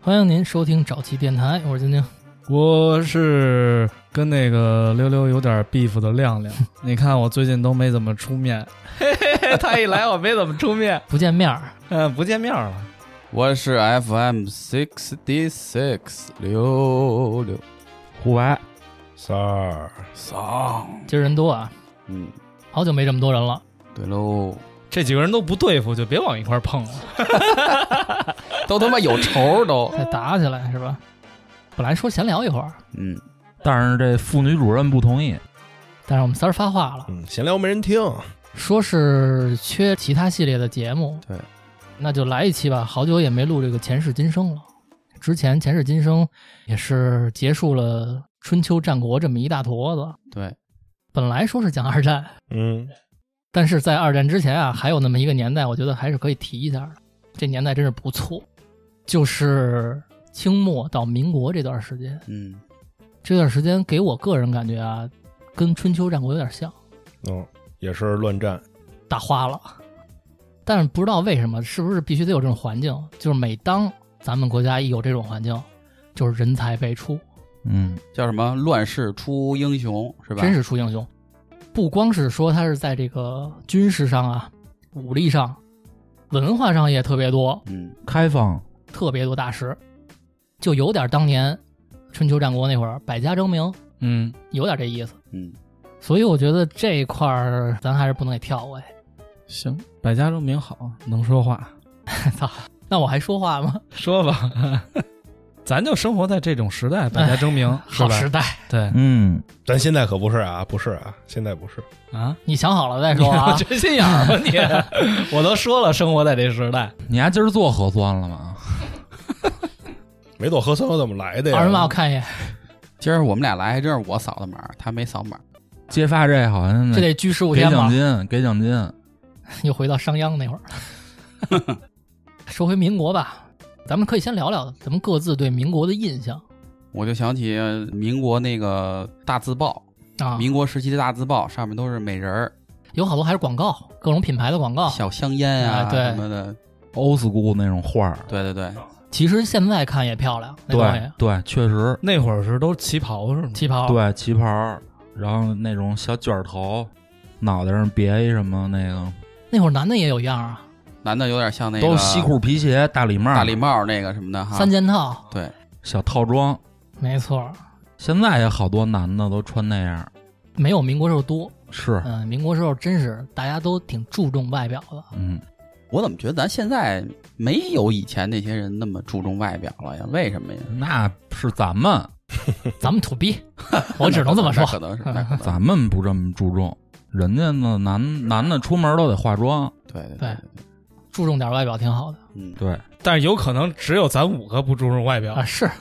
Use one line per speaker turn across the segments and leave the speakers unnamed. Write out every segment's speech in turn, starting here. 欢迎您收听沼气电台，我是晶晶。
我是跟那个溜溜有点 beef 的亮 亮，你看我最近都没怎么出面，嘿嘿嘿， 他一来我没怎么出面，
不见面儿，
嗯，不见面了。
我是 FM sixty six 六六
胡白，
三儿，
桑，
今儿人多啊，
嗯，
好久没这么多人了。
对喽，
这几个人都不对付，就别往一块儿碰了。
都他妈有仇都，
再打起来是吧？本来说闲聊一会儿，
嗯，
但是这妇女主任不同意。
但是我们仨儿发话了，
嗯，闲聊没人听，
说是缺其他系列的节目，
对，
那就来一期吧。好久也没录这个前世今生了，之前前世今生也是结束了春秋战国这么一大坨子。
对，
本来说是讲二战，
嗯，
但是在二战之前啊，还有那么一个年代，我觉得还是可以提一下的。这年代真是不错，就是清末到民国这段时间。
嗯，
这段时间给我个人感觉啊，跟春秋战国有点像，
嗯，也是乱战，
打花了。但是不知道为什么，是不是必须得有这种环境？就是每当咱们国家一有这种环境，就是人才辈出，
嗯，
叫什么乱世出英雄是吧？
真是出英雄。不光是说他是在这个军事上啊、武力上、文化上也特别多，
嗯，
开放，
特别多大师，就有点当年春秋战国那会儿百家争鸣，
嗯，
有点这意思。
嗯
所以我觉得这一块儿咱还是不能给跳过呀。
行，百家争鸣好，能说话，
那我还说话吗？
说吧。 咱就生活在这种时代，百家争鸣， 是
好
吧
时？代，
对
嗯，
咱现在可不是啊，不是啊，现在不是，
啊，
你想好了再说 啊。
缺心眼儿吧你？ 我都说了，生活在这时代，
你还今儿做核酸了吗？
没做核酸我怎么来的呀？
二维码我看一眼，
今儿我们俩来还真是我扫的码，他没扫码，
揭发这好像
这得拘十五
给
天
奖
吧？
金，给奖金。
又回到商鞅那会儿。说回民国吧，咱们可以先聊聊咱们各自对民国的印象
我就想起呃民国那个大字报，
啊。
民国时期的大字报上面都是美人儿、
有好多还是广告，各种品牌的广告。
小香烟啊
啊对
什么的，
old school 那种画儿，
对对对，
其实现在看也漂亮，那东
对
西
对，确实，
那会儿是都旗袍是吗？
旗袍。
对旗袍儿，然后那种小卷儿头，脑袋上别一什么那个，
那会儿男的也有样啊，
男的有点像那个
都是西裤皮鞋、大礼帽儿、
大礼帽那个什么的哈，
三件套，
对，
小套装。
没错儿。
现在也好多男的都穿那样，
没有民国时候多。
是，
嗯，民国时候真是大家都挺注重外表的。
嗯，
我怎么觉得咱现在没有以前那些人那么注重外表了呀？为什么呀？
嗯那是咱们，
咱们土 逼， 我只能这么说
那。可能是，那可能是
咱们不这么注重，人家呢男男的出门都得化妆，
对对
对，注重点外表挺 好的
嗯，
对，
但是有可能只有咱五个不注重外表
啊。，是，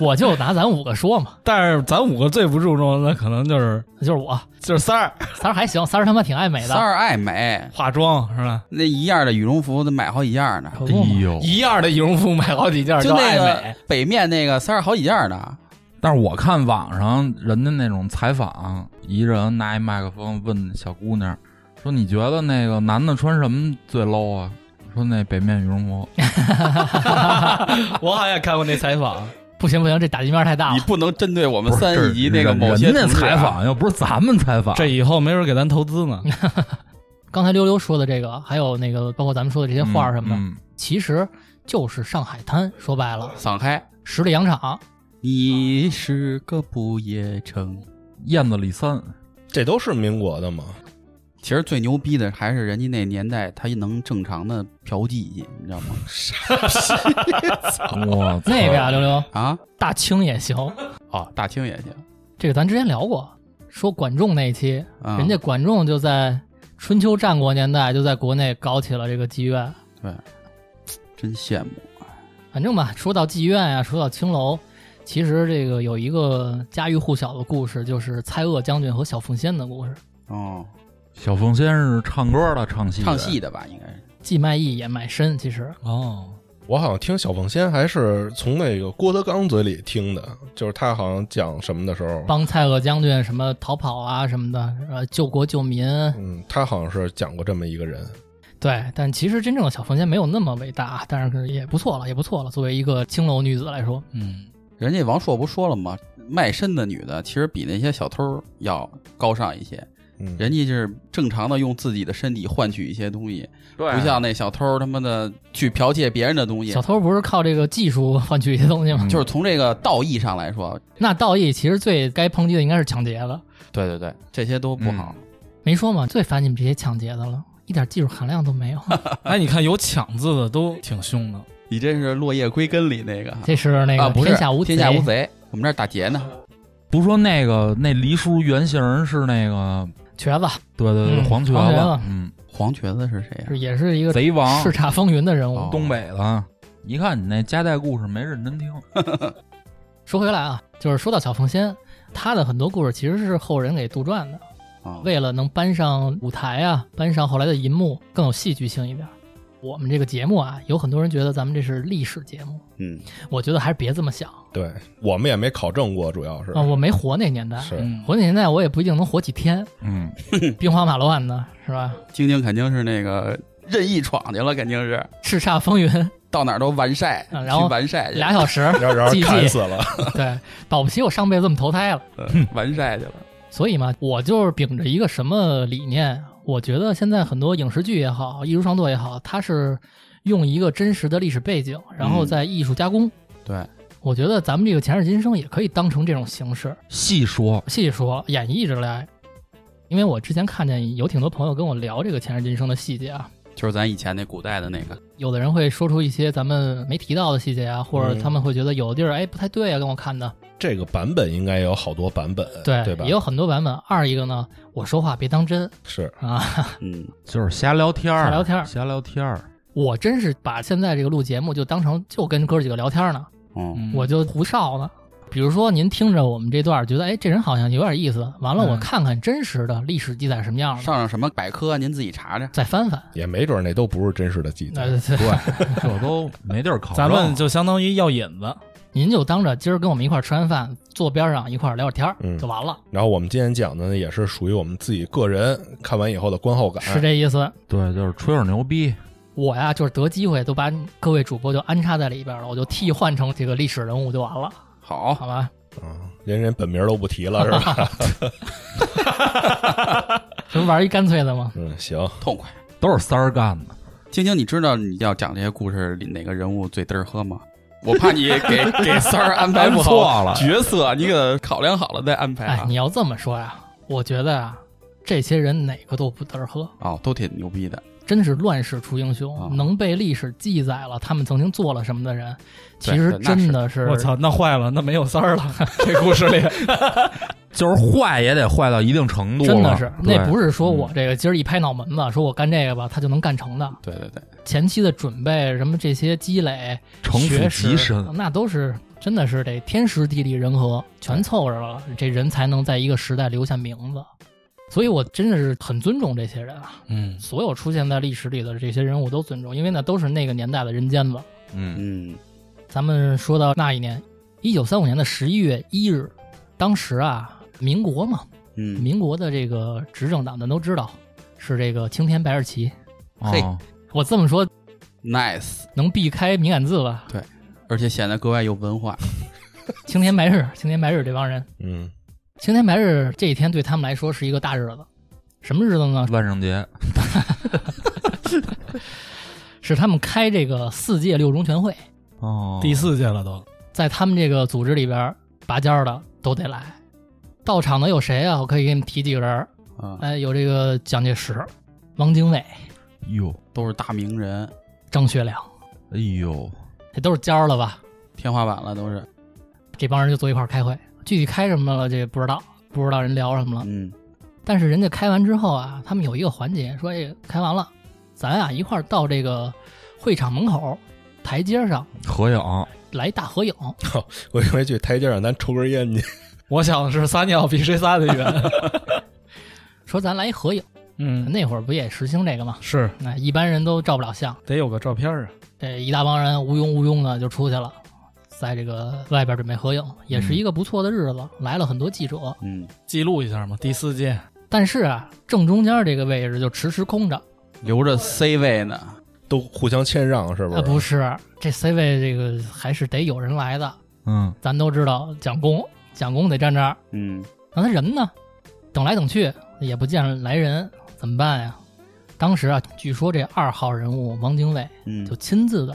我就拿咱五个说嘛，
但是咱五个最不注重，那可能就是
就是我
就是三儿
三儿还行，三儿他妈挺爱美
三
的，
儿爱美，
化妆是吧？
那一样的羽绒服得买好几件呢，
可
哎
不嘛。
呦，
一样的羽绒服买好几件，
就
叫
那
爱
个
美。
北面那个三儿好几件呢。
但是我看网上人家那种采访，一人拿一麦克风问小姑娘，说你觉得那个男的穿什么最 low 啊？说那北面羽绒服，
我好像看过那采访，
不行不行，这打击面太大
你
了。
不能针对我们
不是
三
这
以及那个
人
某些
人家
同志啊
采访，又不是咱们采 访，
这以后没准给咱投资 呢。
刚才溜溜说的这个，还有那个包括咱们说的这些画儿什么的，
嗯嗯
其实就是上海滩。说白了，
嗓嗨。
十里洋 场
你是个不夜城。
燕子李三，
哦
这都是民国的嘛，
其实最牛逼的还是人家那年代，他能正常的嫖妓，你知道吗？
我操
那边啊，溜溜
啊，
大清也行，
哦，大清也行，
这个咱之前聊过，说管仲那一期，
啊、
人家管仲就在春秋战国年代就在国内搞起了这个妓院。
真羡慕。
反正吧，说到妓院呀、说到青楼，其实这个有一个家喻户晓的故事，就是蔡锷将军和小凤仙的故事。
哦，
小凤仙是唱歌的，唱戏的
唱戏的吧，应该是。
既卖艺也卖身，其实
哦，
我好像听小凤仙还是从那个郭德纲嘴里听的，就是他好像讲什么的时候，
帮蔡锷将军什
哦
么逃跑啊什么的，呃，救国救民。
嗯，他好像是讲过这么一个人，
对，但其实真正的小凤仙没有那么伟大，但是也不错了，也不错了。作为一个青楼女子来说，
嗯，
人家王朔不说了吗？卖身的女的其实比那些小偷要高尚一些，
嗯，
人家就是正常的用自己的身体换取一些东西，
对
不像那小偷他妈的去剽窃别人的东西
啊小。偷不是靠这个技术换取一些东西吗？
嗯
就是从这个道义上来说，
那道义其实最该抨击的应该是抢劫了，
对对对，这些都不好。
嗯没说嘛，最烦你们这些抢劫的了，一点技术含量都没有。
哎，你看有抢字的都挺凶的，
你这是落叶归根里那个
这是那
啊，
个
不是
天下无
天下无贼，我们这儿打劫呢。
不是说那个那黎叔原型是那个，
瘸子，
对对对，
嗯
黄瘸
黄瘸
子
子，
嗯，
黄瘸子是谁呀、
是也是一个
贼王
叱，咤风云的人物。
哦
东北的。一看你那夹带故事没认真听，
说回来啊，就是说到小凤仙，她的很多故事其实是后人给杜撰的，
啊？
为了能搬上舞台啊，搬上后来的银幕，更有戏剧性一点。我们这个节目啊，有很多人觉得咱们这是历史节目，
嗯，
我觉得还是别这么想啊、
对我们也没考证过，主要是
哦
我没活那年代，
是
嗯，
活那年代我也不一定能活几天，
嗯，
兵荒马乱呢，是吧？
晶晶肯定是那个任意闯去了，肯定是
叱咤风云，
到哪儿都完晒，
啊然后
去完晒去，
俩小时，
然后然后
记忆
砍死了，
对，保不齐我上辈子这么投胎了。
嗯完晒去了。
所以嘛，我就是秉着一个什么理念，我觉得现在很多影视剧也好，艺术创作也好，它是用一个真实的历史背景，然后再艺术加工。
对，
我觉得咱们这个前世今生也可以当成这种形式，
细说，
细说演绎着来。因为我之前看见有挺多朋友跟我聊这个前世今生的细节啊，
就是咱以前那古代的那个，
有的人会说出一些咱们没提到的细节啊，或者
嗯
他们会觉得有的地儿哎不太对啊，跟我看的。
这个版本应该有好多版本，
对，
对吧
也？有很多版本。二一个呢，我说话别当真
是
啊，
嗯，
就是瞎聊天儿，
瞎聊天儿
瞎聊天儿。
我真是把现在这个录节目就当成就跟哥几个聊天呢，
哦，
嗯
我就胡哨呢。比如说您听着我们这段儿，觉得哎这人好像有点意思，完了
嗯
我看看真实的历史记载什么样的，
上上什么百科，啊您自己查查。
再翻翻。呃
也没准儿那都不是真实的记载
那，对，
这都没地儿考证。
咱们就相当于要引 子，
您就当着今儿跟我们一块儿吃完饭，坐边上一块儿聊会儿天儿
嗯
就完了，
然后我们今天讲的呢，也是属于我们自己个人看完以后的观后感。
是这意思。
对，就是吹会儿牛逼。
我呀，就是得机会都把各位主播就安插在里边了，我就替换成这个历史人物就完了，
好，
好吧？
啊，连人本名都不 提了，是吧？
这不玩一干脆的吗？
嗯，行，
痛快。
都是三儿干的，
晶晶，你知道你要讲这些故事里哪个人物最嘚儿喝吗？我怕你给 给三儿安排不好
错了
角色，你给他考量好了再安排
哎，
啊
你。要这么说呀、我觉得啊，这些人哪个都不得喝，
哦，都挺牛逼的。
真是乱世出英雄，
啊
能被历史记载了他们曾经做了什么的人，
对
其实
对那
真的是
我操，那坏了，那没有三儿了，这故事里，
就是坏也得坏到一定程度了。
真的是，
对
那不是说我
嗯
这个今儿一拍脑门子，说我干这个吧，他就能干成的。
对对对，
前期的准备，什么这些积累、
城府
学
极
识，
深。
那都是真的是得天时地利人和全凑着了，这人才能在一个时代留下名字。所以我真的是很尊重这些人啊。
嗯
所有出现在历史里的这些人物都尊重，因为那都是那个年代的人间子。
嗯，
嗯，
咱们说到那一年，一九三五年的十一月一日，当时啊，民国嘛，
嗯，
民国的这个执政党咱都知道是这个青天白日旗。
嘿
哦，
我这么说
nice，
能避开敏感字吧？
而且显得格外有文化。
青天白日，青天白日这帮人，
嗯，
青天白日这一天对他们来说是一个大日子。什么日子呢？
万圣节
是他们开这个四届六中全会，
哦，
第四届了都，
在他们这个组织里边儿拔尖儿的都得来。到场的有谁啊？我可以给你们提几个人儿。
啊，
哎，有这个蒋介石、汪精卫、
哟，
都是大名人，
张学良，
哎呦，
这都是尖儿了吧？
天花板了都是。
这帮人就坐一块儿开会，具体开什么了，这也不知道，不知道人聊什么了。
嗯，
但是人家开完之后啊，他们有一个环节说：“哎，开完了，咱啊一块儿到这个会场门口台阶上
合影
来一大合影。”
我以为去台阶上咱抽根烟去，
我想的是撒尿比谁撒的远，
说咱来一合影，
嗯，
那会儿不也实行这个吗？
是
那一般人都照不了相，
得有个照片啊，
这一大帮人无拥无拥的就出去了，在这个外边准备合影，也是一个不错的日子，来了很多记者。
嗯，
记录一下嘛，第四届，
但是啊，正中间这个位置就迟迟空着，
留着 C 位呢。
都互相谦让，是不
呃，
是？
不是，这 C 位这个还是得有人来的。
嗯，
咱都知道蒋公，蒋公得站这儿，
嗯，
那他人呢？等来等去也不见来人，怎么办呀？当时啊，据说这二号人物王精卫
嗯
就亲自的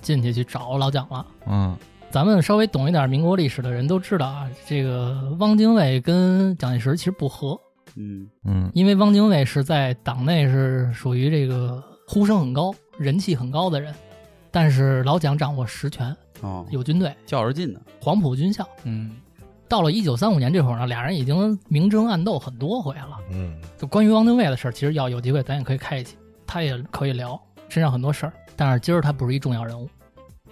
进去去找老蒋了。
嗯，
咱们稍微懂一点民国历史的人都知道啊，这个汪精卫跟蒋介石其实不和，
嗯
嗯，
因为汪精卫是在党内是属于这个呼声很高、人气很高的人，但是老蒋掌握实权，
哦，
有军队，
较着劲呢。
黄埔军校。
嗯，
到了一九三五年这会儿呢，俩人已经明争暗斗很多回了。
嗯，
就关于汪精卫的事儿，其实要有机会咱也可以开一期，他也可以聊身上很多事儿。但是今儿他不是一重要人物。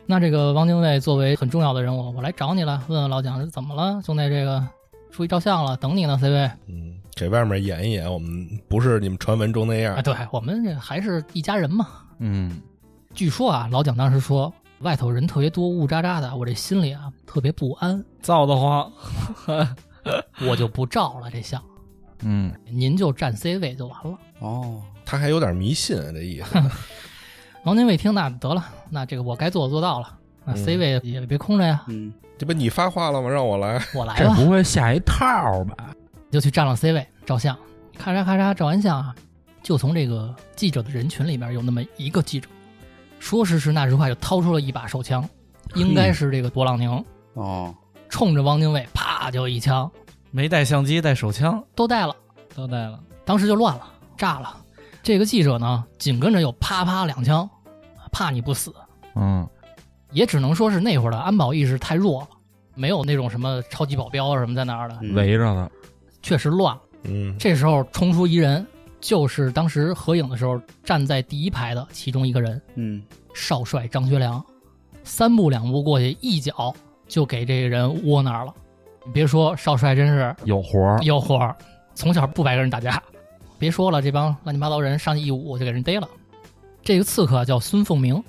那这个汪精卫作为很重要的人物，我来找你了，问问老蒋怎么了，兄弟，这个出去照相了，等你呢，C 位。
嗯，给外面演一演，我们不是你们传闻中那样
啊，。对我们这还是一家人嘛。
嗯，
据说啊，老蒋当时说外头人特别多，雾渣渣的，我这心里啊特别不安，
造的慌，
我就不照了这相，
嗯，
您就站 C 位就完了。
哦，
他还有点迷信这意 思。
王精卫听那得了，那这个我该做我做到了，那 C
嗯
位也别空着呀，
嗯
这不你发话了吗？让我来。
我来
这
吧，
不会下一套吧？
就去站了 C 位照相，咔嚓咔嚓照完相啊，就从这个记者的人群里面有那么一个记者，说时迟那时快就掏出了一把手枪，应该是这个勃朗宁，
哦，
冲着汪精卫啪就一枪，
没带相机，带手枪
都带了。
都带了，
当时就乱了，炸了。这个记者呢，紧跟着又啪啪两枪，怕你不死，
嗯
也只能说是那会儿的安保意识太弱了，没有那种什么超级保镖啊什么在那儿的，
嗯
围着的，
确实乱了。
嗯，
这时候冲出一人，就是当时合影的时候站在第一排的其中一个人，
嗯，
少帅张学良，三步两步过去，一脚就给这个人窝那儿了。你别说少帅真是
有活儿，
有活儿，从小不白跟人打架。别说了，这帮乱七八糟人上去一舞就给人逮了。这个刺客叫孙凤鸣，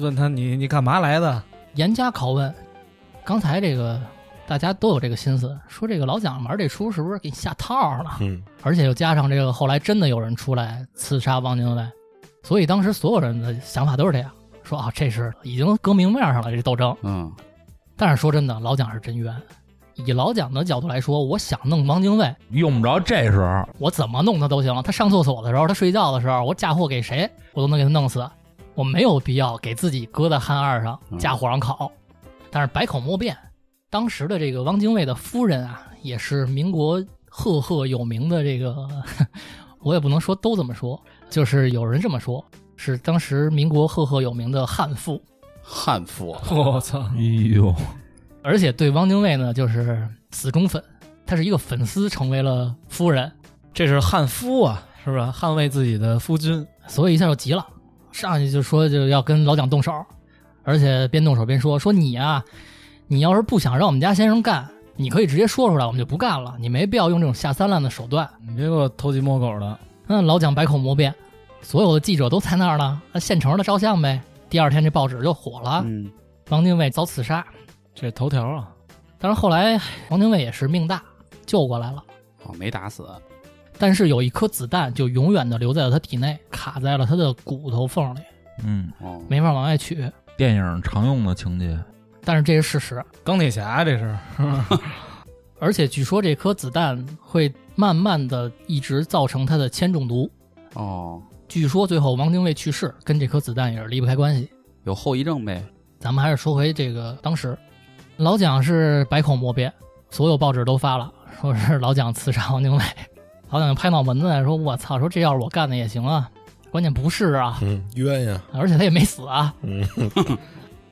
问他你你干嘛来的？
严加拷问。刚才这个大家都有这个心思，说这个老蒋玩这出是不是给你下套了？
嗯，
而且又加上这个后来真的有人出来刺杀汪精卫，所以当时所有人的想法都是这样，说啊这是已经搁明面上了这斗争。
嗯，
但是说真的，老蒋是真冤。以老蒋的角度来说，我想弄汪精卫，
用不着这时候，
我怎么弄他都行。他上厕所的时候，他睡觉的时候，我嫁祸给谁，我都能给他弄死。我没有必要给自己搁在旱案上
嗯
架火上烤。但是百口莫辩。当时的这个汪精卫的夫人啊，也是民国赫赫有名的这个， 我也不能说都这么说，就是有人这么说，是当时民国赫赫有名的悍妇，
汉服啊，
我操，
哎呦，
而且对汪精卫呢就是死忠粉，他是一个粉丝成为了夫人。
这是悍夫啊，是吧？捍卫自己的夫君，
所以一下就急了，上去就说就要跟老蒋动手，而且边动手边说说你啊，你要是不想让我们家先生干，你可以直接说出来，我们就不干了，你没必要用这种下三滥的手段。
你别给我偷鸡摸狗的，
那老蒋百口莫辩，所有的记者都在那儿呢，那现成的照相呗。第二天这报纸就火了，
嗯
王精卫遭刺杀，
这头条啊，
但是后来王精卫也是命大，救过来了。
哦，没打死，
但是有一颗子弹就永远的留在了他体内，卡在了他的骨头缝里，
嗯，
哦，
没法往外取。
电影常用的情节，
但是这是事实，
钢铁侠啊这是，
而且据说这颗子弹会慢慢的一直造成他的铅中毒。
哦，
据说最后汪精卫去世跟这颗子弹也是离不开关系。
有后遗症呗，
咱们还是说回这个当时，老蒋是百口莫辩，所有报纸都发了，说是老蒋刺杀汪精卫。老蒋就拍脑门子说：“我操，说这要是我干的也行啊，关键不是啊，
嗯，冤呀。
而且他也没死啊，
嗯，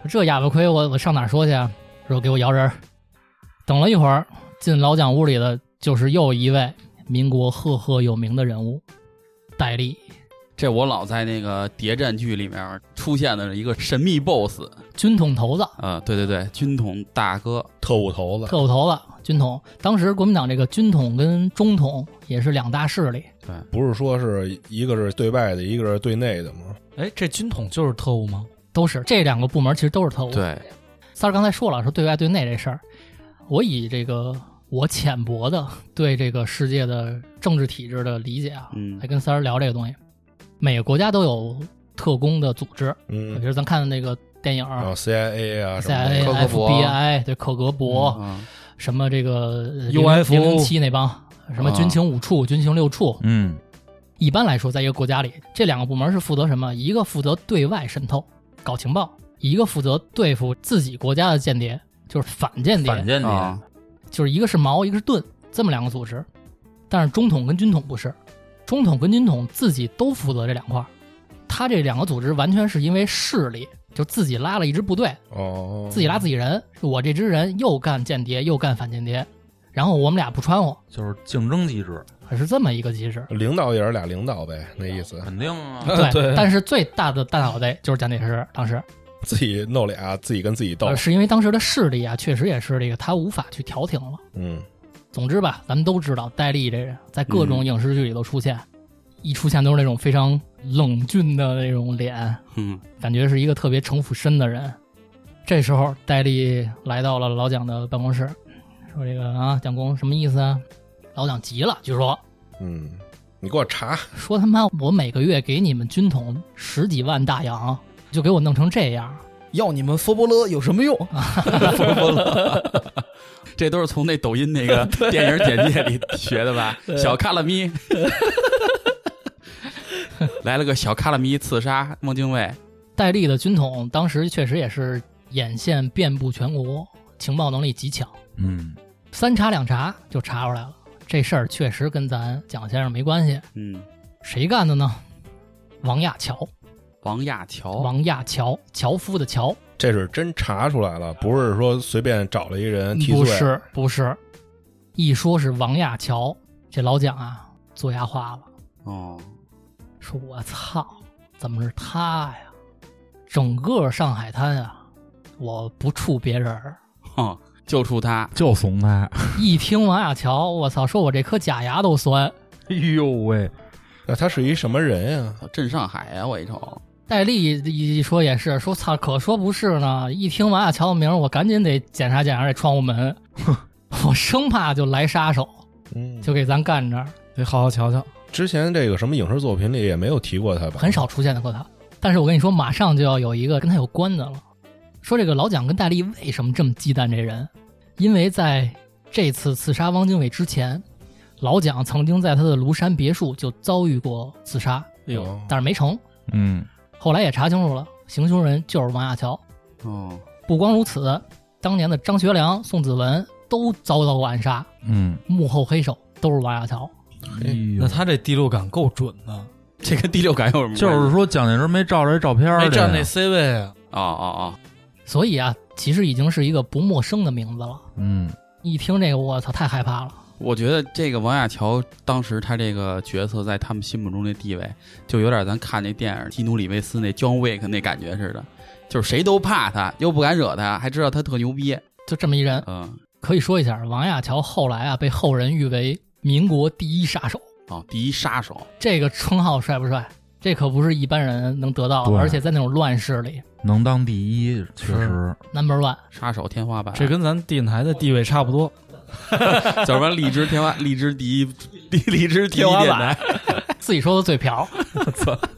这哑巴亏我我上哪儿说去啊？”说给我摇人儿。等了一会儿，进老蒋屋里的就是又一位民国赫赫有名的人物，戴笠。
这我老在那个谍战剧里面出现的一个神秘 BOSS，
军统头子、
啊，对对对，军统大哥，
特务头子。
特务头子、军统。当时国民党这个军统跟中统也是两大势力，
不是说是一个是对外的，一个是对内的吗？
哎，这军统就是特务吗？
都是这两个部门其实都是特务。，
对，
三儿刚才说了，说对外对内这事儿，我以这个我浅薄的对这个世界的政治体制的理解啊，
嗯
来跟三儿聊这个东西。每个国家都有特工的组织，比
嗯，
如咱看那个电影
然后 CIA 啊什么
CIA、
的，
科克勃
FBI 对克格勃，
嗯
什么这个呃
UFO
零零七那帮，什么
啊
军情五处、军情六处。
嗯，
一般来说，在一个国家里，这两个部门是负责什么？一个负责对外渗透，搞情报；一个负责对付自己国家的间谍，就是反间谍，
反间谍，
啊，
就是一个是矛，一个是盾，这么两个组织。但是中统跟军统不是，中统跟军统自己都负责这两块儿。他这两个组织完全是因为势力，就自己拉了一支部队，
哦，。
自己拉自己人。我这支人又干间谍，又干反间谍，然后我们俩不穿和，
就是竞争机制，
是这么一个机制
领导也是俩领导呗，那意思，
肯定啊，
对，
对
但是最大的大脑袋就是蒋介石，当时、
自己弄俩，自己跟自己斗
呃，是因为当时的势力啊，确实也是这个他无法去调停了。
嗯，
总之吧，咱们都知道戴笠这人在各种影视剧里都出现，一出现都是那种非常冷峻的那种脸，
嗯，
感觉是一个特别城府深的人。这时候，戴笠来到了老蒋的办公室，说：“这个啊，蒋公什么意思啊？”老蒋急了，据说
嗯，你给我查，
说他妈我每个月给你们军统十几万大洋，就给我弄成这样，
要你们佛伯勒有什么用？
这都是从那抖音那 个电影简介里学的吧？ 小卡拉咪，来了个小卡拉咪刺杀孟京卫，
戴笠的军统当时确实也是眼线遍布全国，情报能力极强，
嗯，
三查两查就查出来了，这事儿确实跟咱蒋先生没关系。
嗯，
谁干的呢？王亚樵，
王亚樵，
王亚樵，樵夫的樵，
这是真查出来了，不是说随便找了一个人替罪，
不是不是，一说是王亚樵，这老蒋啊做牙花了，
哦，
说我操，怎么是他呀？整个上海滩啊，我不怵别人儿。
哼，就出他，
就怂他，
一听王亚樵，我操，说我这颗假牙都酸。
哎呦喂，
那他是一什么人呀？
镇上海呀、我一瞅，
戴笠一说也是，说操，可说不是呢。一听王亚樵的名儿，我赶紧得检查检查这窗户门，我生怕就来杀手，
嗯，
就给咱干这儿。
得好好瞧瞧。
之前这个什么影视作品里也没有提过他吧？
很少出现的过他。但是我跟你说，马上就要有一个跟他有关的了。说这个老蒋跟戴笠为什么这么忌惮这人？因为在这次刺杀汪精卫之前，老蒋曾经在他的庐山别墅就遭遇过刺杀，
哎呦，
哦，
但是没成。
嗯，
后来也查清楚了，行凶人就是王亚樵。
哦，
不光如此，当年的张学良、宋子文都遭到过暗杀，
嗯，
幕后黑手都是王亚樵。
哎呦
那他这第六感够准的，
这跟第六感有什么关系？
就是说蒋介石没照着这照片儿
没
的
站
呀
那 C 位啊，
哦哦
所以啊，其实已经是一个不陌生的名字了。
嗯，
一听这个，我操，太害怕了。
哦，我觉得这个王亚樵当时他这个角色在他们心目中的地位，就有点咱看那电影基努里维斯那 John Wick 那感觉似的，就是谁都怕他，又不敢惹他，还知道他特牛逼，
就这么一人，
嗯，
可以说一下，王亚樵后来啊被后人誉为民国第一杀手，
哦，第一杀手，
这个称号帅不帅？这可不是一般人能得到的，
对
而且在那种乱世里
能当第一，确
是
实，
，Number One，
杀手天花板，
这跟咱电台的地位差不 多。
叫什么荔枝天花，荔枝第一， 荔荔枝第一电台，
自己说的最瓢，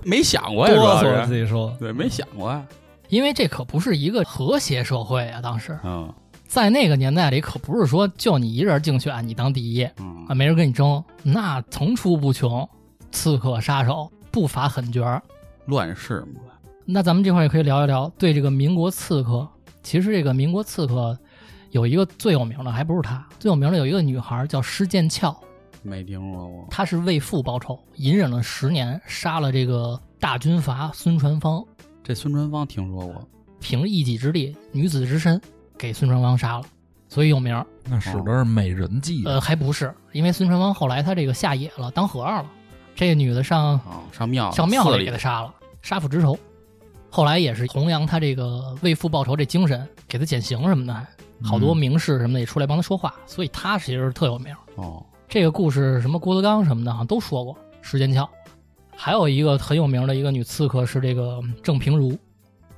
没想过呀，
哆
主要
嗦我自
是
己说，
对，没想过呀，
因为这可不是一个和谐社会啊。当时
嗯
在那个年代里，可不是说就你一人竞选你当第一啊，
嗯，
没人跟你争，那层出不穷，刺客杀手不乏狠角儿。
乱世嘛，
那咱们这块儿也可以聊一聊对这个民国刺客。其实这个民国刺客有一个最有名的，还不是他，最有名的有一个女孩叫施剑翘，
没听说过，
她是为父报仇，隐忍了十年，杀了这个大军阀孙传芳，
这孙传芳听说过，
凭一己之力，女子之身给孙传芳杀了，所以有名儿。
那使的是美人计，啊
呃，还不是，因为孙传芳后来他这个下野了，当和尚了，这女的上
哦，上庙
上庙
寺
里
里
给他杀了，杀父之仇。后来也是弘扬他这个为父报仇这精神，给他减刑什么的，还好
嗯
多名士什么的也出来帮他说话，所以他其实特有名。
哦，
这个故事什么郭德纲什么的好像都说过，石间翘。还有一个很有名的一个女刺客是这个郑平如，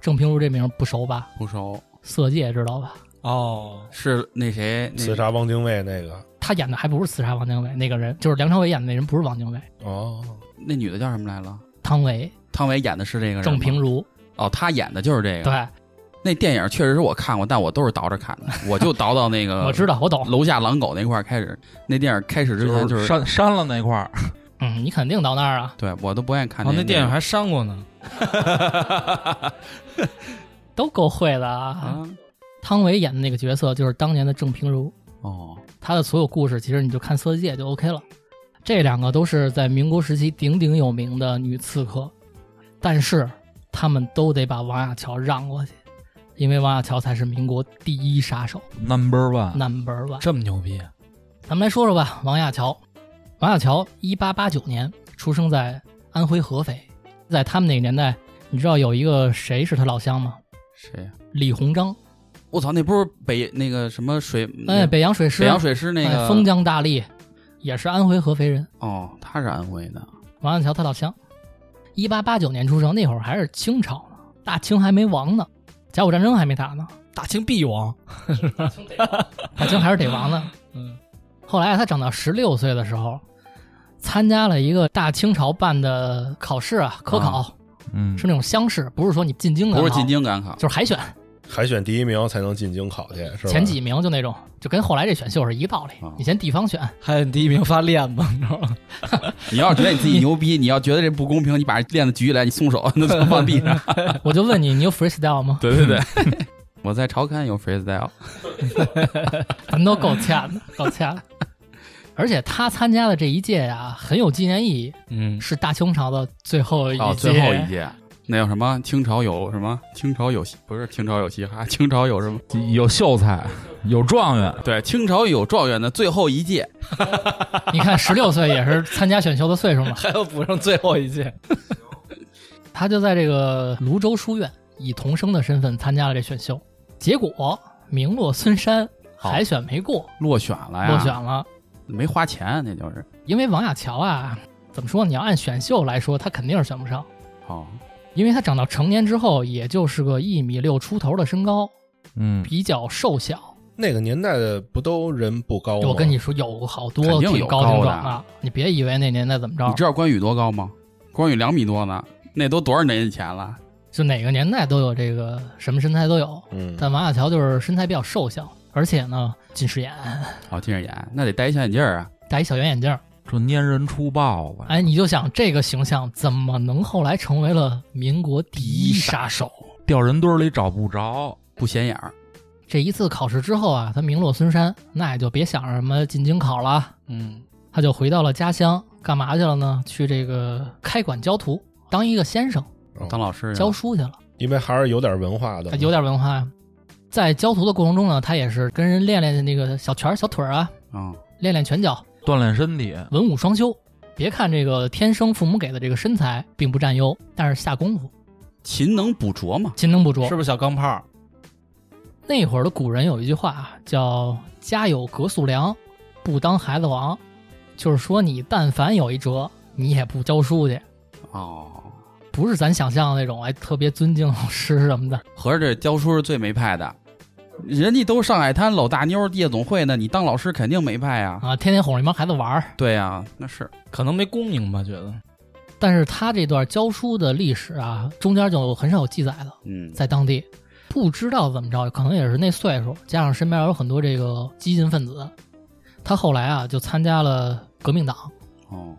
郑平如这名不熟吧？
不熟，
色戒知道吧？
哦，
是那谁那
刺杀汪精卫那个
她演的还不是刺杀王精卫那个人，就是梁朝伟演的那人不是王精卫，
哦，
那女的叫什么来了？
汤唯、
汤唯演的是这个人吗
郑平如，
哦，他演的就是这个。
对，
那电影确实是我看过，但我都是倒着看的，我就倒到那个
我知道，我懂。
楼下狼狗那块儿开始。那电影开始之前就是，
删删了那块儿，
嗯，你肯定到那儿啊，
对我都不愿意看
哦，那
那
电影还删过呢。
都够会的啊。
啊
汤唯演的那个角色就是当年的郑平如，
哦，
她的所有故事其实你就看《色戒》就 OK 了。这两个都是在民国时期鼎鼎有名的女刺客，但是她们都得把王亚乔让过去，因为王亚乔才是民国第一杀手
Number One，
number one。
这么牛逼啊，
咱们来说说吧，王亚乔。王亚乔一八八九年出生在安徽合肥，在他们那个年代，你知道有一个谁是他老乡吗？
谁呀？
李鸿章，
我操，那不是北那个什么水？
哎，北洋水师，
北洋水师那
哎
个
封疆大吏，也是安徽合肥人。
哦，他是安徽的。
王亚乔他老乡，一八八九年出生，那会儿还是清朝呢，大清还没亡呢，甲午战争还没打呢，
大清必啊亡。
大清还是得亡 呢。
嗯，
后来他长到十六岁的时候，参加了一个大清朝办的考试啊，科考。
啊
嗯
是，那种乡试，不是说你进京赶
不
考
是进，京赶考，
就是海选
海选第一名才能进京考去，是吧？
前几名就那种，就跟后来这选秀是一个道理
啊。
以前地方选，
还有第一名发链子，你知道吗？
你要是觉得你自己牛逼，你要觉得这不公平，你把链子举起来，你松手， 那就放地上。
我就问你，你有 freestyle 吗？
对对对，我在朝刊有 freestyle，
咱都够呛的，够呛的。而且他参加的这一届呀、很有纪念意义，
嗯，
是大清朝的最后一届。
哦，最后一届，那叫什么？清朝有什么？清朝有嘻不是清朝有嘻哈， 清朝有什么？
有秀才，有状元，
对，清朝有状元的最后一届，
你看，十六岁也是参加选秀的岁数嘛。
还要补上最后一届。
他就在这个泸州书院以童生的身份参加了这选秀，结果名落孙山，海选没过，
落选哎了呀，
落选了。
没花钱，那就是
因为王亚乔啊，怎么说？你要按选秀来说，他肯定是选不上，
哦，
因为他长到成年之后，也就是个一米六出头的身高，
嗯，
比较瘦小。
那个年代的不都人不高吗？
我跟你说，有好多
肯定有
挺高挺
高的
壮的，你别以为那年代怎么
你
着，
知道关羽多高吗？关羽两米多呢，那都多少年以前了？
就哪个年代都有这个什么身材都有。
嗯，
但王亚乔就是身材比较瘦小，而且呢，近视眼，
哦，近视眼，那得戴一小眼镜儿啊，
戴一小圆眼镜儿。
这粘人出豹子，
哎，你就想这个形象怎么能后来成为了民国第一杀手？
掉人堆里找不着，
不显眼儿。
这一次考试之后啊，他名落孙山，那也就别想着什么进京考了。
嗯，
他就回到了家乡，干嘛去了呢？去这个开馆教徒，当一个先生，
当老师去了
教书去了。
因为还是有点文化的，
呃他有点文化呀。啊在教徒的过程中呢，他也是跟人练练那个小拳儿、小腿儿啊，
嗯，
练练拳脚，
锻炼身体，
文武双修。别看这个天生父母给的这个身材并不占优，但是下功夫，
勤能补拙嘛，
勤能补拙
是。不是小钢炮？
那会儿的古人有一句话啊，叫“家有隔宿粮，不当孩子王”，就是说你但凡有一辙，你也不教书去，
哦。
不是咱想象的那种，哎，特别尊敬老师什么的。
合着这教书是最没派的，人家都上海滩老大妞儿夜总会呢，你当老师肯定没派啊。
啊，天天哄着一帮孩子玩儿。
对呀、那是
可能没公明吧？觉得
但是他这段教书的历史啊，中间就很少有记载了，
嗯，
在当地不知道怎么着，可能也是那岁数，加上身边有很多这个激进分子，他后来啊就参加了革命党，
哦，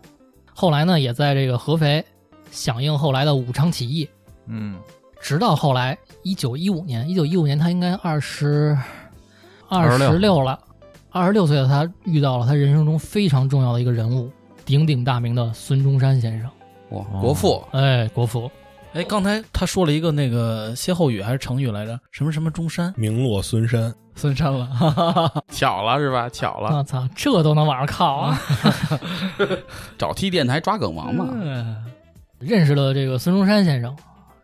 后来呢也在这个合肥响应后来的武昌起义，
嗯，
直到后来一九一五年，一九一五年他应该二十二
26
十六了，二十六岁的他遇到了他人生中非常重要的一个人物，鼎鼎大名的孙中山先生，
哇
哦，
国父
哎，国父。
哎，刚才他说了一个那个歇后语还是成语来着？什么什么中山
名落孙山。
孙山了，哈哈哈哈
巧了是吧？巧了，
我操，这都能往上靠啊！
找 T 电台抓梗王嘛。
嗯
认识了这个孙中山先生，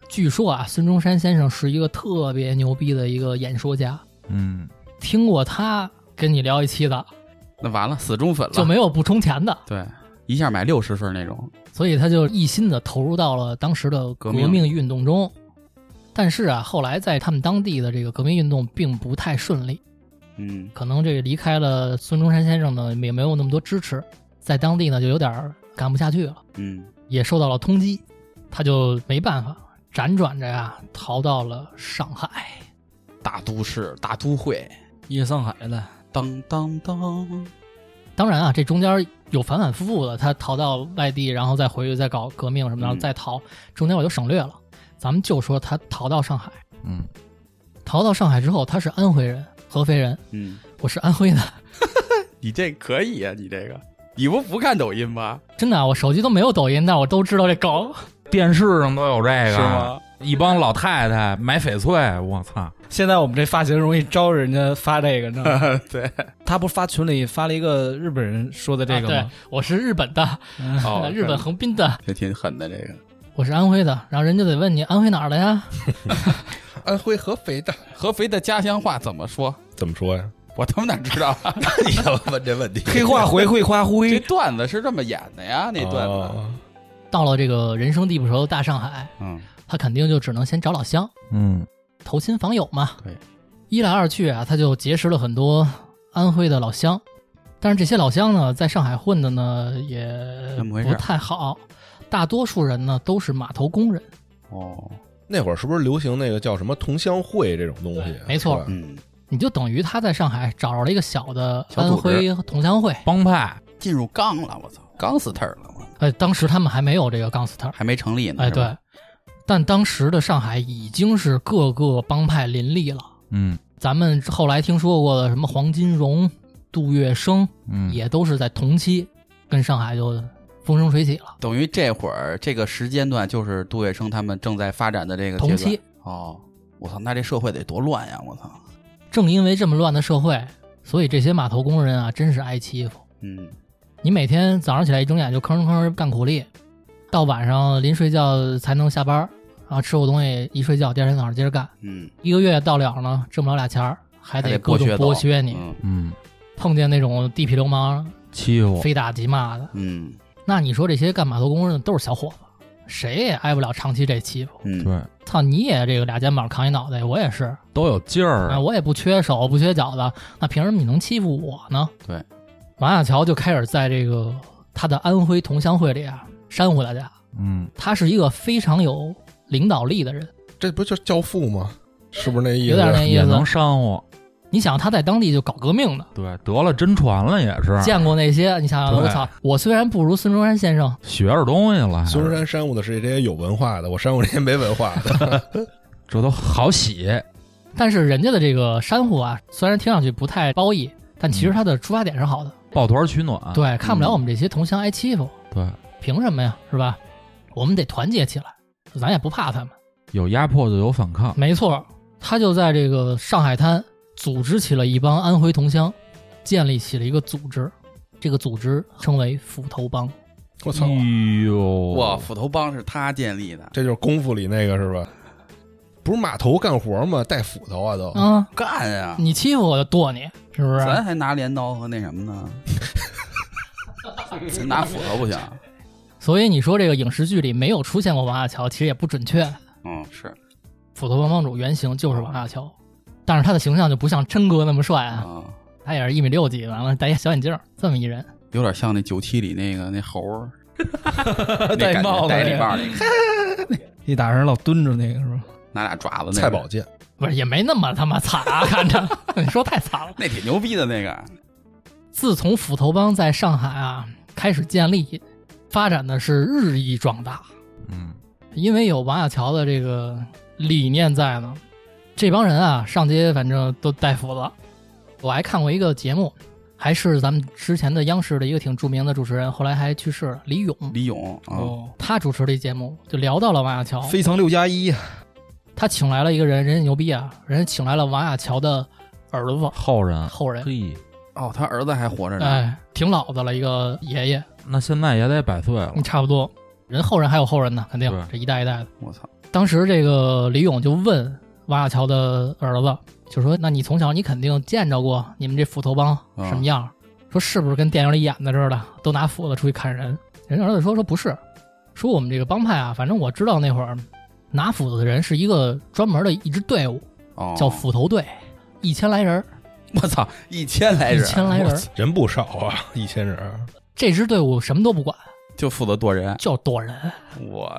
据说啊，孙中山先生是一个特别牛逼的一个演说家，
嗯，
听过他跟你聊一期的，
那完了，死忠粉了，
就没有不充钱的，
对，一下买六十份那种。
所以他就一心的投入到了当时的革
革
命
命
运动中。但是啊，后来在他们当地的这个革命运动并不太顺利，
嗯，
可能这个离开了孙中山先生呢，也没有那么多支持，在当地呢就有点儿干不下去了，
嗯，
也受到了通缉。他就没办法，辗转着呀、逃到了上海。
大都市、大都会，
夜上海的，
当当当，
当然啊，这中间有反反复复的，他逃到外地，然后再回去再搞革命什么的，
嗯
再逃，中间我就省略了。咱们就说他逃到上海，
嗯，
逃到上海之后，他是安徽人，合肥人，
嗯，
我是安徽的，
你这可以啊，你这个，你不不看抖音吗？
真的啊、我手机都没有抖音，但我都知道这梗。
电视上都有这个，
是 吗？
一帮老太太买翡翠，我操！
现在我们这发型容易招人家发这个呢。
对，
他不是发群里发了一个日本人说的 这个
啊
吗？
对，我是日本的，
哦
日本横滨的，
这挺狠的这个，
我是安徽的，然后人家得问你安徽哪儿的呀？
安徽合肥的
哎合肥的家乡话怎么说？
怎么说呀？
我他妈哪知道 啊？
你怎么问这问题？
黑化回会花
这
灰，
段子是这么演的呀？那段子，
哦
到了这个人生地不熟的大上海，
嗯，
他肯定就只能先找老乡，
嗯，
投亲访友嘛。
对，
一来二去啊，他就结识了很多安徽的老乡，但是这些老乡呢，在上海混的呢也
怎么回事
不太好，大多数人呢都是码头工人。
哦，
那会儿是不是流行那个叫什么同乡会这种东西啊
对？没错
是吧，
嗯，
你就等于他在上海找着了一个小的
小
安
组织
徽同乡会，
帮派，
进入杠了，我操，钢丝特了，我
呃，当时他们还没有这个 gangster，
还没成立呢，
哎，
是吧
对，，但当时的上海已经是各个帮派林立了。
嗯
咱们后来听说过的什么黄金荣、杜月笙，
嗯，
也都是在同期跟上海就风生水起了。
等于这会儿这个时间段就是杜月笙他们正在发展的这个阶
同
段
期，
哦。我操，那这社会得多乱呀！我操，
正因为这么乱的社会，所以这些码头工人啊，真是挨欺负。
嗯，
你每天早上起来一睁眼就吭吭吭干苦力，到晚上临睡觉才能下班儿，然后吃过东西一睡觉，第二天早上接着干。
嗯，
一个月到了呢，挣不了俩钱儿，还
还
得
得
各种
削
剥
剥
削你。
嗯
碰见那种地痞流氓，
欺负，
非打即骂的，
嗯
那你说这些干码头工人的都是小伙子，谁也挨不了长期这欺负。
嗯，
对，
操，你也这个俩肩膀扛一脑袋，我也是，
都有劲
啊，
儿，
我也不缺手不缺脚的，那凭什么你能欺负我呢？
对，
王亚乔就开始在这个他的安徽同乡会里啊煽乎大家。
嗯，
他是一个非常有领导力的人，
这不就是教父吗？是不是那意思？
有点那意
也能
思。
煽乎，
你想他在当地就搞革命呢，
对，得了真传了也是，
见过那些，你想想，
嗯对
我操，我虽然不如孙中山先生，
学着东西了，还 是
孙中山山务的是这些有文化的，我山务这些没文化 的。
这都好洗，
但是人家的这个煽乎啊，虽然听上去不太褒义，但其实他的出发点是好的。
抱团取暖，
对，看不了我们这些同乡挨欺负，
对，
凭什么呀？是吧？我们得团结起来，咱也不怕他们。
有压迫就有反抗，
没错，他就在这个上海滩组织起了一帮安徽同乡，建立起了一个组织，这个组织称为斧头帮。
我操，
嗯
哎呦，
哇，斧头帮是他建立的，
这就是功夫里那个是吧？不是码头干活吗？带斧头啊都。
啊，
干啊！
你欺负我就剁你，是不
咱
是？啊
还拿镰刀和那什么呢？ 咱拿斧头不行？啊
所以你说这个影视剧里没有出现过王亚乔，其实也不准确。
嗯，是
斧头帮帮主原型就是王亚乔，但是他的形象就不像琛哥那么帅啊，
啊，
他也是一米六几，完了戴一小眼镜儿，这么一人。
有点像那九七里那个那猴 儿，那
戴
感觉
帽子
戴
那
礼
个
帽那个，
一打人老蹲着那个是吧？
拿俩爪子那个
蔡宝剑，
不是，也没那么他妈惨啊！看着 你说太惨了。
那挺牛逼的那个，
嗯自从斧头帮在上海啊开始建立，发展的是日益壮大，
嗯，
因为有王亚乔的这个理念在呢，这帮人啊上街反正都带斧子。我还看过一个节目，还是咱们之前的央视的一个挺著名的主持人，后来还去世了，李咏，
李勇啊，
嗯
哦，
他主持的一节目就聊到了王亚乔，
非常六加一，啊
他请来了一个人，人家牛逼啊，人家请来了王亚乔的儿子
后人，
后人，
嘿，
哦，他儿子还活着呢，
哎，挺老的了，一个爷爷，
那现在也得百岁了
嗯，，差不多。人后人还有后人呢，肯定
对
这一代一代的。
我操，
当时这个李勇就问王亚乔的儿子，就说：“那你从小你肯定见着过你们这斧头帮
嗯
什么样？说是不是跟电影里演的似的，都拿斧子出去砍人？”人儿子说：“说不是，说我们这个帮派啊，反正我知道那会儿拿斧子的人是一个专门的一支队伍，
哦，
叫斧头队，一千来人儿，
我操，一千来
一
人，
千来人
我
儿。
操人不少啊，一千人。
这支队伍什么都不管，
就负责剁人。
就躲人，
我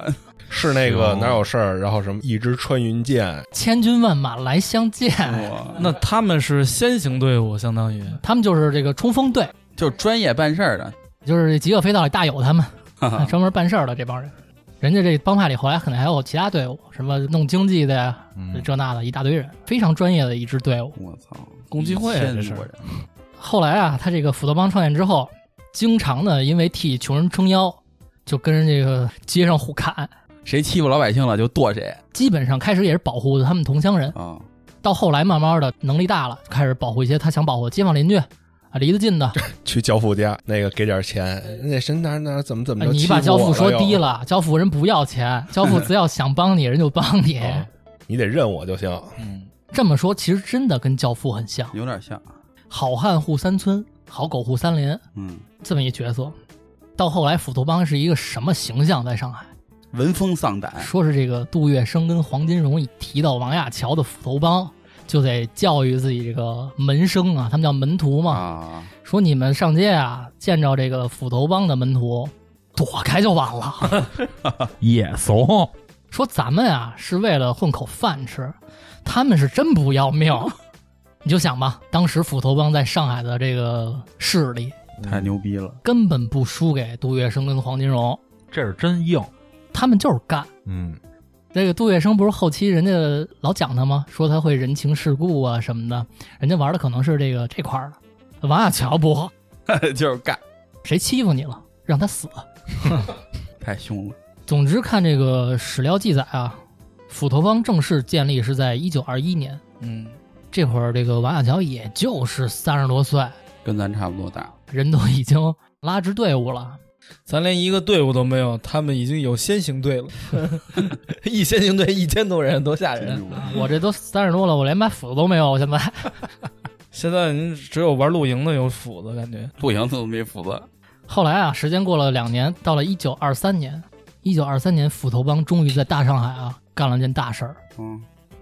是那个
行
哪有事儿，然后什么一支穿云箭，
千军万马来相见，
我
那他们是先行队伍，相当于
他们就是这个冲锋队，
就是专业办事儿的，
就是极恶飞盗里大有他们，
啊
专门办事儿的这帮人。人家这帮派里后来可能还有其他队伍，什么弄经济的呀，
嗯，
这那的一大堆人，非常专业的一支队伍。
我操，
共济会啊这事儿
一千多人
后来啊，他这个斧头帮创建之后，经常呢因为替穷人撑腰，就跟人这个街上互砍，
谁欺负老百姓了就剁谁
基本上开始也是保护他们同乡人，
啊！
到后来慢慢的能力大了，开始保护一些他想保护的街坊邻居啊，离得近的。
去教父家那个给点钱，那神哪哪怎么怎么
哎
着，
你把
欺负
教
我
父说
又啊
低，了，教父人不要钱，教父只要想帮你，人就帮你。
哦你得认我就行。
嗯
这么说其实真的跟教父很像，
有点像，
好汉护三村，好狗护三邻
嗯，
这么一角色。到后来，斧头帮是一个什么形象？在上海，
闻风丧胆，
说是这个杜月笙跟黄金荣一提到王亚樵的斧头帮，就得教育自己这个门生啊，他们叫门徒嘛，
啊，
说你们上街啊，见着这个斧头帮的门徒，躲开就完了。
也怂，
说咱们啊是为了混口饭吃，他们是真不要命。你就想吧，当时斧头帮在上海的这个势力，
太
嗯
牛逼了，
根本不输给杜月笙跟黄金荣，
这是真硬，
他们就是干。
嗯，
这个杜月笙不是后期人家老讲他吗？说他会人情世故啊什么的，人家玩的可能是这个这块儿的。王亚樵不，
就是干，
谁欺负你了，让他死。
太凶了，
总之，看这个史料记载啊，斧头帮正式建立是在一九二一年，
嗯，
这会儿这个王亚樵也就是三十多岁，
跟咱差不多大，
人都已经拉支队伍了。
咱连一个队伍都没有，他们已经有先行 队了，一先行队一千多人，多吓人！
我这都三十多了，我连把斧子都没有，我现在。
现在你只有玩露营的有斧子，感觉
不行，都没斧子，
后来啊，时间过了两年，到了一九二三年，一九二三年，斧头帮终于在大上海啊干了件大事儿。
嗯，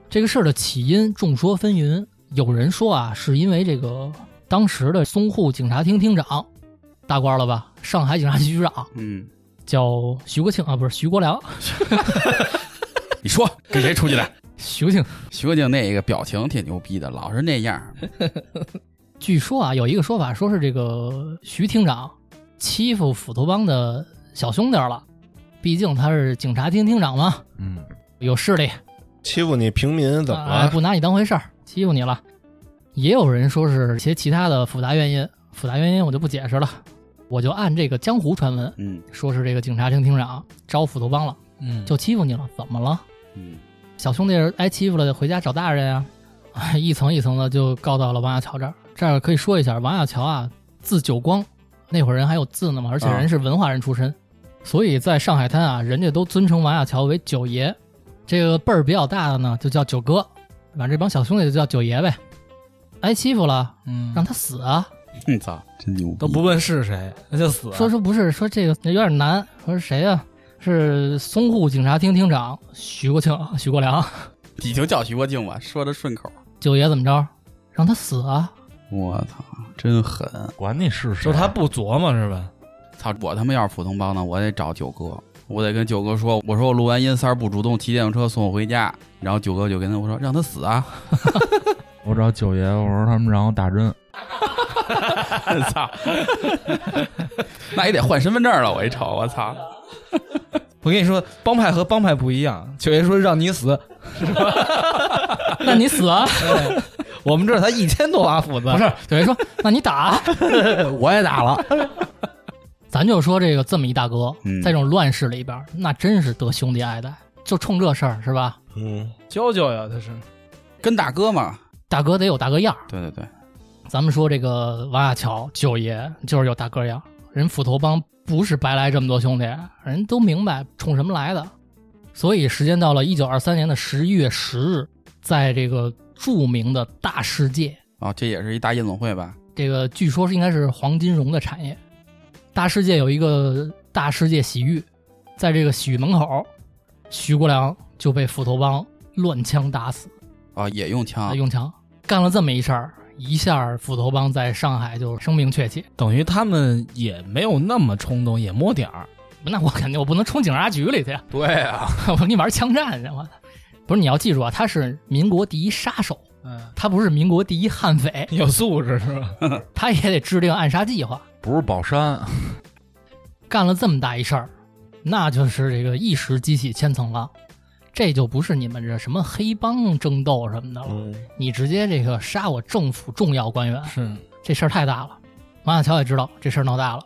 这个事儿的起因众说纷纭，有人说啊，是因为这个当时的淞沪警察厅厅长，大官了吧，上海警察局局长
嗯，
叫徐国庆啊，不是徐国良，
你说 跟谁出去的？
徐国庆。
徐国庆那个表情挺牛逼的，老是那样儿，
据说啊，有一个说法，说是这个徐厅长欺负斧头帮的小兄弟儿了，毕竟他是警察厅厅长嘛，
嗯，
有势力，
欺负你平民怎么
哎
了？
不拿你当回事儿，欺负你了。也有人说是一些其他的复杂原因，复杂原因我就不解释了，我就按这个江湖传闻，
嗯
说是这个警察厅厅长招斧头帮了，
嗯
就欺负你了，怎么了？
嗯，
小兄弟挨欺负了，得回家找大人呀、 啊，一层一层的就告到了王亚樵这儿。这儿可以说一下，王亚樵啊，字九光，那会儿人还有字呢嘛，而且
啊
人是文化人出身，所以在上海滩啊，人家都尊称王亚樵为九爷，这个辈儿比较大的呢就叫九哥，反正这帮小兄弟就叫九爷呗。挨欺负了，
嗯
让他死啊！
你嗯操，真牛逼，
都不问是谁，那就死啊。
说说不是，说这个有点难。说是谁呀、啊是淞沪警察厅厅长徐国庆、徐国良。
你就叫徐国庆吧，说的顺口，
九爷怎么着？让他死啊！
我操，真狠，
管你是谁，
就是他不琢磨是吧？
操！我他妈要是普通包呢，我得找九哥，我得跟九哥说，我说我录完音，三儿不主动骑电动车送我回家，然后九哥就跟他我说让他死啊！
我找九爷，我说他们让我打针，
操，那也得换身份证了。我一瞅，我操，
我跟你说，帮派和帮派不一样。九爷说让你死，
那你死啊！
我们这儿才一千多把斧子，
不是，九爷说，那你打，啊
我也打了。
咱就说这个这么一大哥，
嗯
在这种乱世里边，那真是得兄弟爱戴，就冲这事儿是吧？
嗯，
教教呀，他是
跟大哥嘛，
大哥得有大哥样儿。
对对对，
咱们说这个王亚樵九爷就是有大哥样儿，人斧头帮不是白来这么多兄弟，人都明白冲什么来的。所以时间到了一九二三年的十一月十日，在这个著名的大世界，
哦，这也是一大夜总会吧？
这个据说是应该是黄金荣的产业。大世界有一个大世界洗浴，在这个洗浴门口，徐国良就被斧头帮乱枪打死，
哦，也用枪，
用枪干了这么一事儿，一下斧头帮在上海就声名鹊起。
等于他们也没有那么冲动，也摸点儿，
那我肯定我不能冲警察局里去，
对啊，
我跟你玩枪战去，我操！不是你要记住啊，他是民国第一杀手，
嗯，
他不是民国第一悍匪，
有素质是吧？
他也得制定暗杀计划。
不是宝 山，
干了这么大一事儿，那就是这个一石激起千层浪，这就不是你们这什么黑帮争斗什么的了，
嗯，
你直接这个杀我政府重要官员，
是，
这事儿太大了。王小乔也知道这事儿闹大了，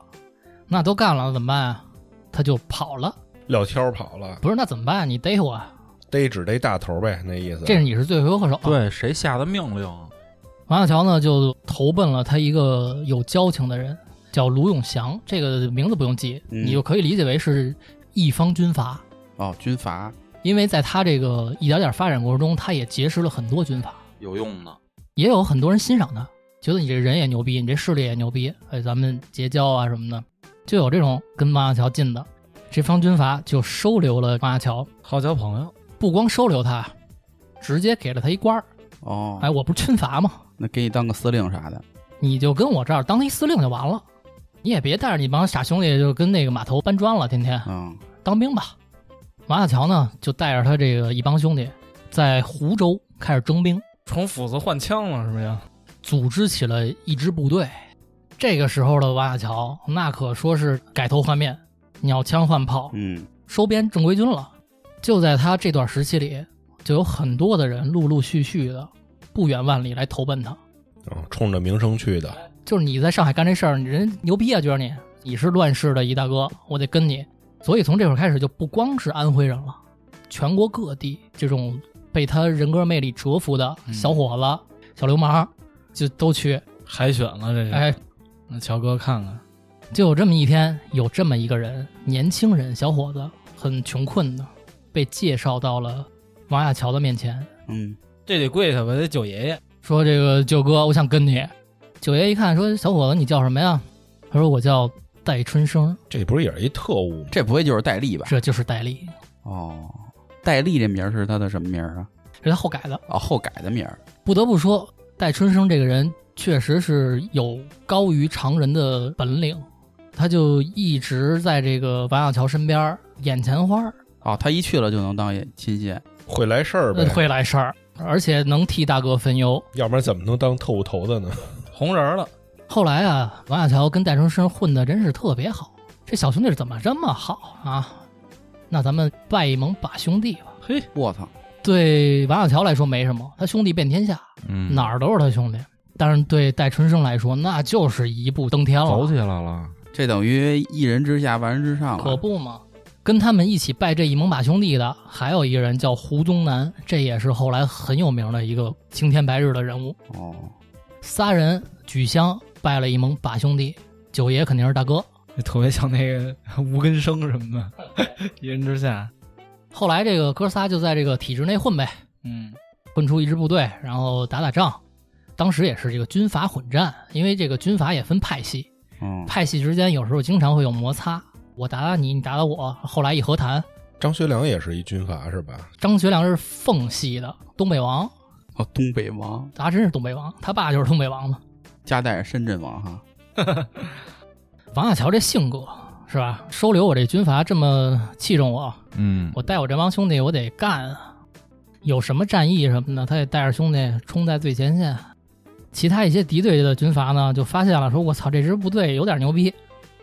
那都干了怎么办啊？他就跑了，
撂挑跑了，
不是那怎么办？你逮我啊，
逮指逮大头呗，那意思。
这是你是罪魁祸首。，
对，谁下的命令啊？
王小乔呢就投奔了他一个有交情的人，叫卢永祥，这个名字不用记，
嗯
你就可以理解为是一方军阀。
哦，军阀
因为在他这个一点点发展过程中，他也结识了很多军阀，
有用的，
也有很多人欣赏他，觉得你这人也牛逼，你这势力也牛逼，哎，咱们结交啊什么的，就有这种跟马小乔近的。这方军阀就收留了马小乔，
好交朋友，
不光收留他，直接给了他一官儿。
哦，
哎，我不是军阀吗？
那给你当个司令啥的，
你就跟我这儿当一司令就完了，你也别带着你帮傻兄弟就跟那个码头搬砖了，天天
嗯，
当兵吧。马小乔呢，就带着他这个一帮兄弟，在湖州开始征兵。
从斧子换枪了，是不是呀？
组织起了一支部队。这个时候的王亚乔，那可说是改头换面，鸟枪换炮，
嗯，
收编正规军了。就在他这段时期里，就有很多的人陆陆续续的不远万里来投奔他。
嗯冲着名声去的，
就是你在上海干这事儿，你人牛逼啊，觉得你你是乱世的一大哥，我得跟你。所以从这会儿开始，就不光是安徽人了，全国各地这种被他人格魅力折服的小伙子、小流氓，就都去。
海选了这是。
哎，，
那乔哥看看，
就有这么一天，有这么一个人，年轻人，小伙子，很穷困的，被介绍到了王亚乔的面前，
嗯，
这得跪下吧，得九爷爷。
说：“这个九哥，我想跟你。”九爷一看，说：“小伙子，你叫什么呀？”他说：“我叫戴春生，
这不是也是一特务吗？
这不会就是戴笠吧？
这就是戴笠，
哦，戴笠这名儿是他的什么名儿啊？
这是他后改的。
哦，后改的名儿。”
不得不说，戴春生这个人确实是有高于常人的本领，他就一直在这个王亚乔身边儿，眼前花儿。
哦，他一去了就能当亲信，
会来事儿呗
呃，会来事儿，而且能替大哥分忧。
要不然怎么能当特务头子呢？
红人了，
后来啊，王亚乔跟戴春生混的真是特别好，这小兄弟怎么这么好啊？那咱们拜一盟把兄弟吧。
嘿，
我操，
对王亚乔来说没什么，他兄弟遍天下，
嗯，
哪儿都是他兄弟。但是对戴春生来说，那就是一步登天
走
了，
起来了？
这等于一人之下万人之上
可
了。
不嘛。跟他们一起拜这一盟把兄弟的，还有一个人叫胡宗南，这也是后来很有名的一个青天白日的人物。
哦，
仨人举香拜了一盟把兄弟，九爷肯定是大哥。
特别像那个 吴根生什么的， 一人之下。
后来这个哥仨就在这个体制内混呗，
嗯，
混出一支部队，然后打打仗。当时也是这个军阀混战，因为这个军阀也分派系，
嗯，
派系之间有时候经常会有摩擦，我打打你，你打打我。后来一和谈，
张学良也是一军阀是吧？
张学良是奉系的东北王，
哦，东北王
他真是东北王，他爸就是东北王嘛。
夹带着深圳王哈，
王亚乔这性格是吧？收留我这军阀这么器重我，
嗯，
我带我这帮兄弟，我得干啊！有什么战役什么的，他也带着兄弟冲在最前线。其他一些敌对的军阀呢，就发现了，说：“我操，这支部队有点牛逼，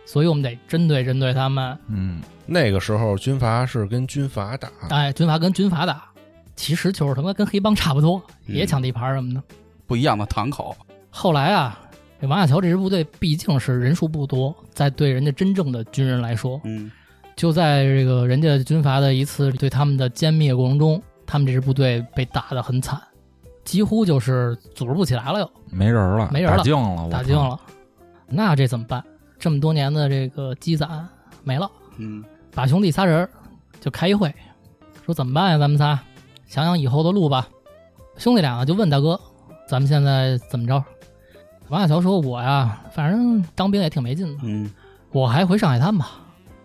所以我们得针对针对他们。
嗯，
那个时候军阀是跟军阀打，”
哎，军阀跟军阀打，其实就是他妈跟黑帮差不多，
嗯
也抢地盘什么的。
不一样的堂口。
后来啊，这王亚乔这支部队毕竟是人数不多，在对人家真正的军人来说，
嗯，
就在这个人家军阀的一次对他们的歼灭过程中，他们这支部队被打得很惨，几乎就是组织不起来了又，
没人了，
没人了
打净了，我
打
操
净。了。那这怎么办？这么多年的这个积攒没了，
嗯，
把兄弟仨人就开一会，说怎么办呀？咱们仨想想以后的路吧。兄弟俩就问大哥，咱们现在怎么着？王亚乔说：“我呀，反正当兵也挺没劲的，
嗯，
我还回上海滩吧，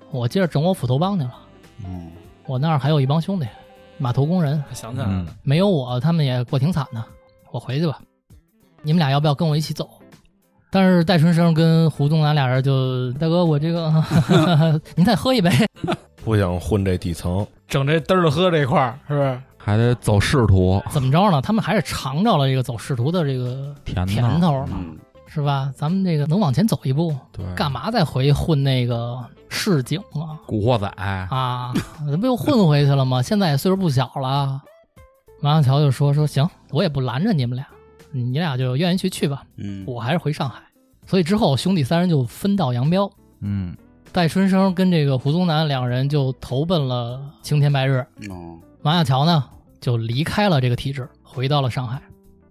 我接着整我斧头帮去了。”
嗯，
我那儿还有一帮兄弟，码头工人，
想起来
嗯
了，，
没有我他们也过挺惨的。我回去吧，你们俩要不要跟我一起走？但是戴春生跟胡宗南俩人就，大哥，我这个您再喝一杯，
不想混这底层，
整这嘚儿喝这块儿，是不是？
还得走仕途，
怎么着呢？他们还是尝着了这个走仕途的这个
甜
甜
的，
头嘛，
嗯，
是吧？咱们这个能往前走一步，
对，
干嘛再回混那个市井啊？
古惑仔，
啊，那不又混回去了吗？现在也岁数不小了。马小乔就说说行，我也不拦着你们俩，你俩就愿意去去吧，
嗯，
我还是回上海。所以之后兄弟三人就分道扬镳，
嗯，
戴春生跟这个胡宗南两人就投奔了青天白日，
哦，
马小乔呢就离开了这个体制，回到了上海，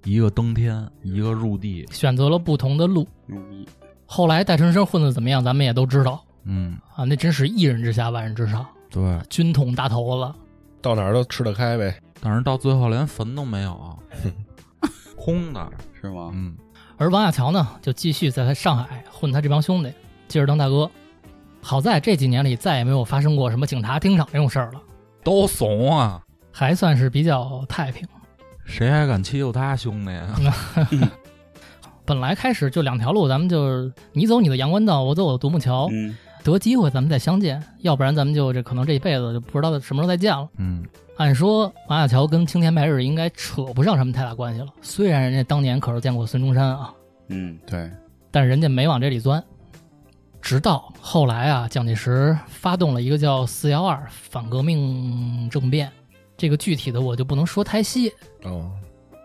一个登天，一个入地，
选择了不同的路。
牛逼，
后来戴春生混得怎么样，咱们也都知道
嗯，
啊，那真是一人之下万人之上，
对，
军统大头了。
到哪儿都吃得开呗。
但是到最后连坟都没有， 空的，
是吗？
嗯，
而王亚乔呢，就继续在他上海混他这帮兄弟，接着当大哥。好在这几年里再也没有发生过什么警察盯场这种事儿了，
都怂啊，
还算是比较太平。
谁还敢欺负他兄弟啊？
本来开始就两条路，咱们就是你走你的阳关道，我走我的独木桥。
嗯，
得机会咱们再相见，要不然咱们就这可能这一辈子就不知道什么时候再见了。
嗯，
按说马亚乔跟青天白日应该扯不上什么太大关系了，虽然人家当年可是见过孙中山啊，
嗯，对，
但人家没往这里钻。直到后来啊，蒋介石发动了一个叫“四幺二”反革命政变，这个具体的我就不能说太细。
哦，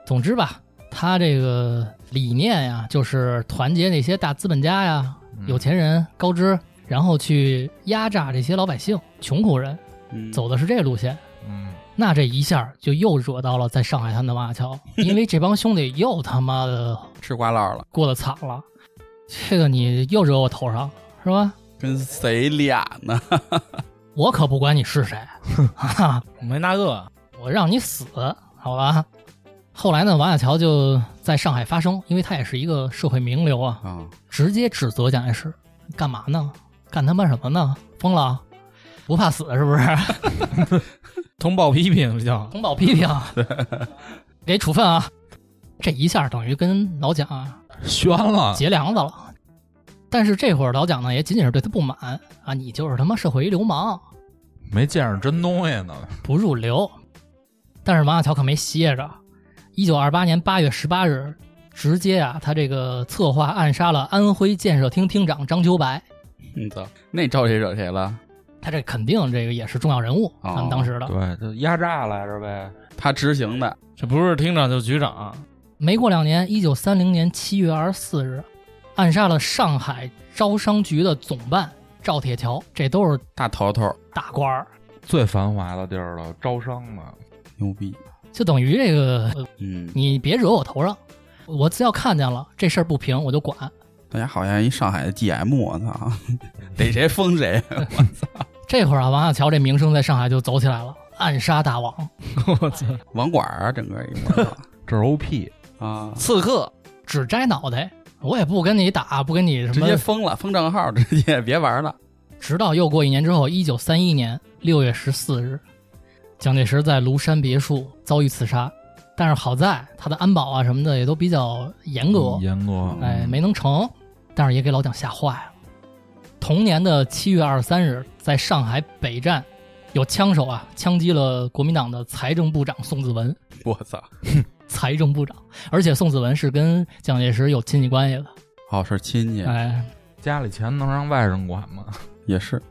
总之吧，他这个理念呀，就是团结那些大资本家呀、
嗯
有钱人、高知，然后去压榨这些老百姓、穷苦人，
嗯，
走的是这路线。
嗯，
那这一下就又惹到了在上海滩的马亚乔，因为这帮兄弟又他妈的
吃瓜烙了，
过得惨了，这个你又惹我头上是吧？
跟谁俩呢？
我可不管你是谁，哈哈，
没那个，
我让你死，好吧？后来呢，王亚乔就在上海发声，因为他也是一个社会名流啊，
啊，
直接指责蒋介石干嘛呢？干他妈什么呢？疯了？不怕死是不是？
通报批评这叫
通报批评，给处分啊！这一下等于跟老蒋啊
宣了，
结梁子了。但是这会儿老蒋呢，也仅仅是对他不满啊，你就是他妈社会一流氓，
没见着真东西呢，
不入流。但是王亚乔可没歇着，一九二八年八月十八日，直接啊，他这个策划暗杀了安徽建设厅厅长张秋白，
你嗯走，那招谁惹谁了？
他这肯定这个也是重要人物，
哦
咱们当时的。
对，就压榨来着呗，
他执行的，
这不是厅长就是局长，
没过两年，一九三零年七月二十四日，暗杀了上海招商局的总办赵铁桥，这都是
大头头，
大官儿，
最繁华的地儿了，招商的，
牛逼，
就等于这个呃
嗯，
你别惹我头上，我只要看见了这事儿不平，我就管。
大家好像一上海的 GM，我 操，逮谁封谁，
这会儿啊，王亚乔这名声在上海就走起来了，暗杀大王。
我操，
网管儿啊，整个一 个
这是 OP，
啊，
刺客
只摘脑袋，我也不跟你打，不跟你什
直
么
接。封了，封账号， 直接别玩了，
直到又过一年之后，一九三一年六月十四日，蒋介石在庐山别墅遭遇刺杀，但是好在他的安保啊什么的也都比较严格，
严格，
哎，没能成，但是也给老蒋吓坏了。同年的七月二十三日，在上海北站，有枪手啊枪击了国民党的财政部长宋子文，
我操，
财政部长，而且宋子文是跟蒋介石有亲戚关系的，
好是亲戚，
哎，
家里钱能让外人管吗？
也是，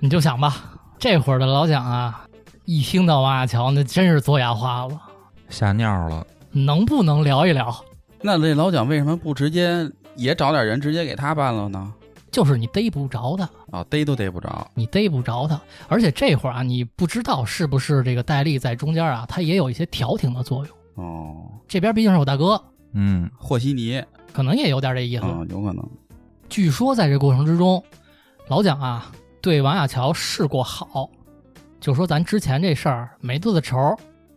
你就想吧，这会儿的老蒋啊，一听到王亚乔，那真是左眼花了，
吓尿了，
能不能聊一聊？
那这老蒋为什么不直接也找点人直接给他办了呢？
就是你逮不着他，
啊，逮都逮不着，
你逮不着他，而且这会儿啊，你不知道是不是这个戴笠在中间啊，他也有一些调停的作用。
哦，
这边毕竟是我大哥，
嗯，
和稀泥
可能也有点这意思。
啊，有可能，
据说在这过程之中，老蒋啊对王亚乔示过好，就说咱之前这事儿没多的仇，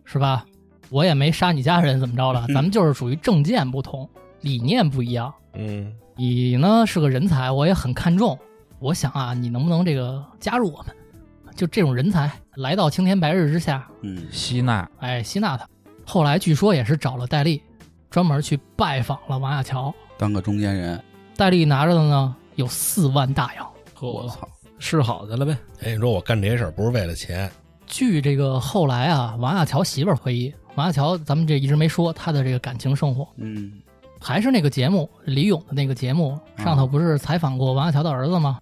是吧？我也没杀你家人，怎么着了？
嗯
咱们就是属于政见不同，理念不一样。
嗯，
你呢是个人才，我也很看重。我想啊，你能不能这个加入我们？就这种人才来到青天白日之下，
嗯，
吸纳，
哎，吸纳他。后来据说也是找了戴笠，专门去拜访了王亚乔，
当个中间人，
戴笠拿着的呢有四万大洋。
我操，
是好的了呗。
哎，你说我干这些事儿不是为了钱，
据这个后来啊，王亚乔媳妇儿回忆，王亚乔咱们这一直没说她的这个感情生活，
嗯，
还是那个节目李咏的那个节目上头不是采访过王亚乔的儿子吗？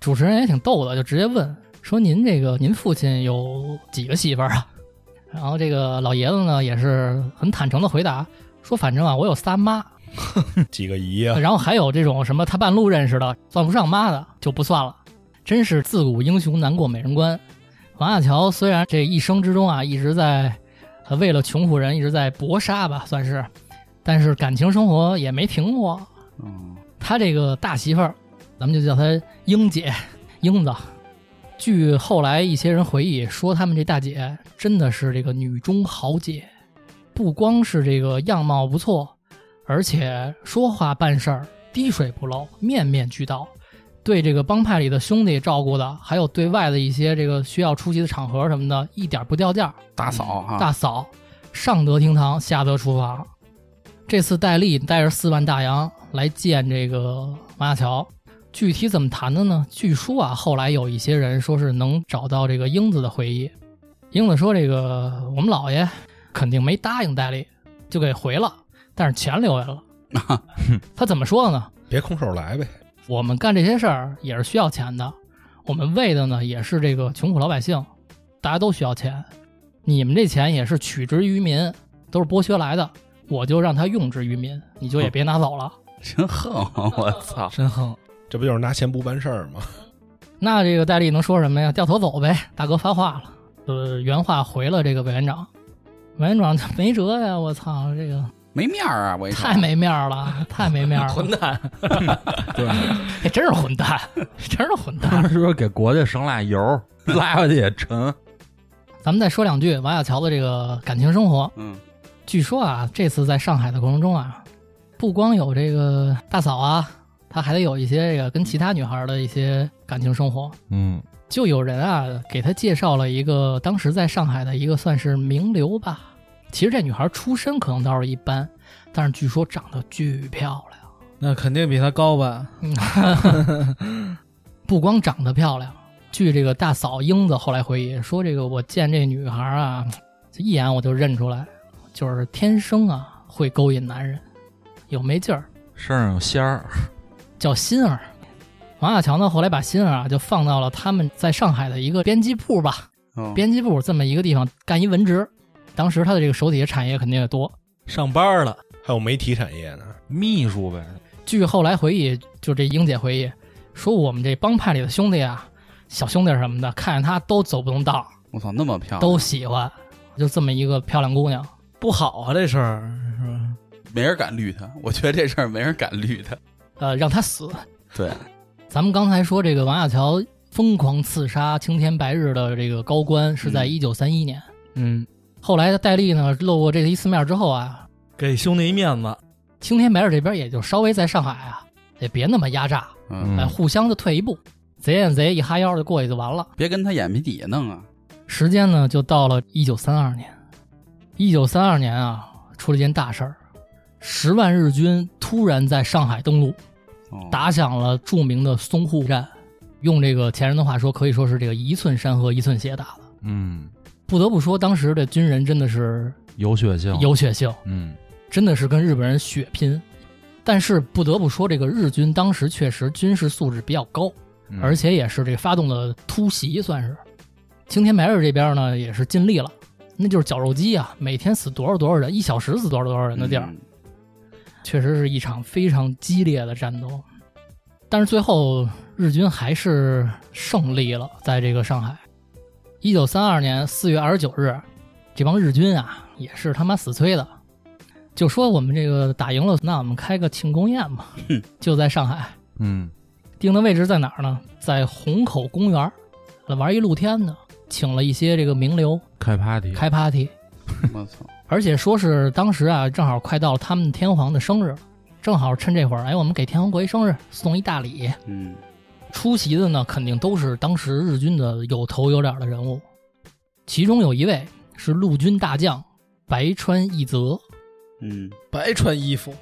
主持人也挺逗的，就直接问说：“您这个您父亲有几个媳妇儿啊？” 然后这个老爷子呢也是很坦诚的回答说：“反正啊，我有仨妈，嗯
几个姨啊，
然后还有这种什么他半路认识的，算不上妈的就不算了。真是自古英雄难过美人关。王亚乔虽然这一生之中啊一直在呃为了穷苦人一直在搏杀吧，算是，但是感情生活也没停过。
嗯，
他这个大媳妇儿，咱们就叫她英姐、 英子。据后来一些人回忆说，他们这大姐真的是这个女中豪杰，不光是这个样貌不错，而且说话办事儿滴水不漏，面面俱到，对这个帮派里的兄弟照顾的，还有对外的一些这个需要出席的场合什么的，一点不掉价儿。
大嫂哈，
大嫂，上得厅堂，下得厨房。这次戴笠带着四万大洋来见这个马亚乔，具体怎么谈的呢？据说啊，后来有一些人说是能找到这个英子的回忆。英子说：“这个我们老爷肯定没答应戴笠，就给回了，但是钱留下了。”他怎么说的呢？
别空手来呗。
我们干这些事儿也是需要钱的，我们为的呢也是这个穷苦老百姓，大家都需要钱。你们这钱也是取之于民，都是剥削来的，我就让他用之于民，你就也别拿走了。
真横，我操，
真横，
这不就是拿钱不办事儿吗？
那这个戴笠能说什么呀？掉头走呗，大哥发话了，呃，原话回了这个委员长，委员长没辙呀，我操，这个
没面儿啊！我跟你说
太没面儿了，太没 面儿了，
蛋。
对，
哎真是混蛋，真是混蛋。
当时给国家省俩油，拉回去也沉。
咱们再说两句王亚乔的这个感情生活，
嗯，
据说啊，这次在上海的过程中啊，不光有这个大嫂啊，她还得有一些这个跟其他女孩的一些感情生活。
嗯，
就有人啊给她介绍了一个当时在上海的一个算是名流吧。其实这女孩出身可能倒是一般，但是据说长得巨漂亮。
那肯定比他高吧？
不光长得漂亮，据这个大嫂英子后来回忆说，这个我见这女孩啊，这一眼我就认出来，就是天生啊会勾引男人，有没劲儿，
身上有仙儿，
叫心儿。王亚乔呢，后来把心儿啊就放到了他们在上海的一个编辑部吧，
哦
编辑部这么一个地方干一文职。当时他的这个手底下产业肯定也多，
上班了，
还有媒体产业呢，
秘书呗。
据后来回忆，就这英姐回忆说，我们这帮派里的兄弟啊，小兄弟什么的，看见她都走不动道儿，
我操，那么漂亮，
都喜欢，就这么一个漂亮姑娘。
不好啊，这事儿是吧？
没人敢绿他。我觉得这事儿没人敢绿他。
呃，让她死。
对，
咱们刚才说这个王亚乔疯狂刺杀青天白日的这个高官是在
嗯
一九三一年，
嗯，
后来戴笠呢露过这一次面之后啊，
给兄弟一面子，
青天白日这边也就稍微在上海啊，也别那么压榨，
嗯，
哎，
嗯
互相就退一步，贼眼贼一哈腰就过去就完了。
别跟他眼皮底下弄啊。
时间呢就到了一九三二年，一九三二年啊出了件大事儿，十万日军突然在上海登陆，
哦，
打响了著名的淞沪战，用这个前人的话说，可以说是这个一寸山河一寸血打的。
嗯，
不得不说，当时的军人真的是
有血性。
有血性，
嗯，
真的是跟日本人血拼。但是不得不说，这个日军当时确实军事素质比较高，
嗯
而且也是这个发动了突袭，算是。青天白日这边呢也是尽力了，那就是绞肉机啊，每天死多少多少人，一小时死多少多少人的地儿，
嗯，
确实是一场非常激烈的战斗。但是最后日军还是胜利了，在这个上海。一九三二年四月二十九日，这帮日军啊也是他妈死催的，就说我们这个打赢了，那我们开个庆功宴吧，就在上海。
嗯，
定的位置在哪儿呢？在虹口公园儿，玩一露天的，请了一些这个名流
开 party，
开 party，
我操，
而且说是当时啊，正好快到了他们天皇的生日了，正好趁这会儿，哎，我们给天皇过一生日，送一大礼。
嗯，
出席的呢，肯定都是当时日军的有头有脸的人物，其中有一位是陆军大将白川义则，
嗯，
白穿衣服，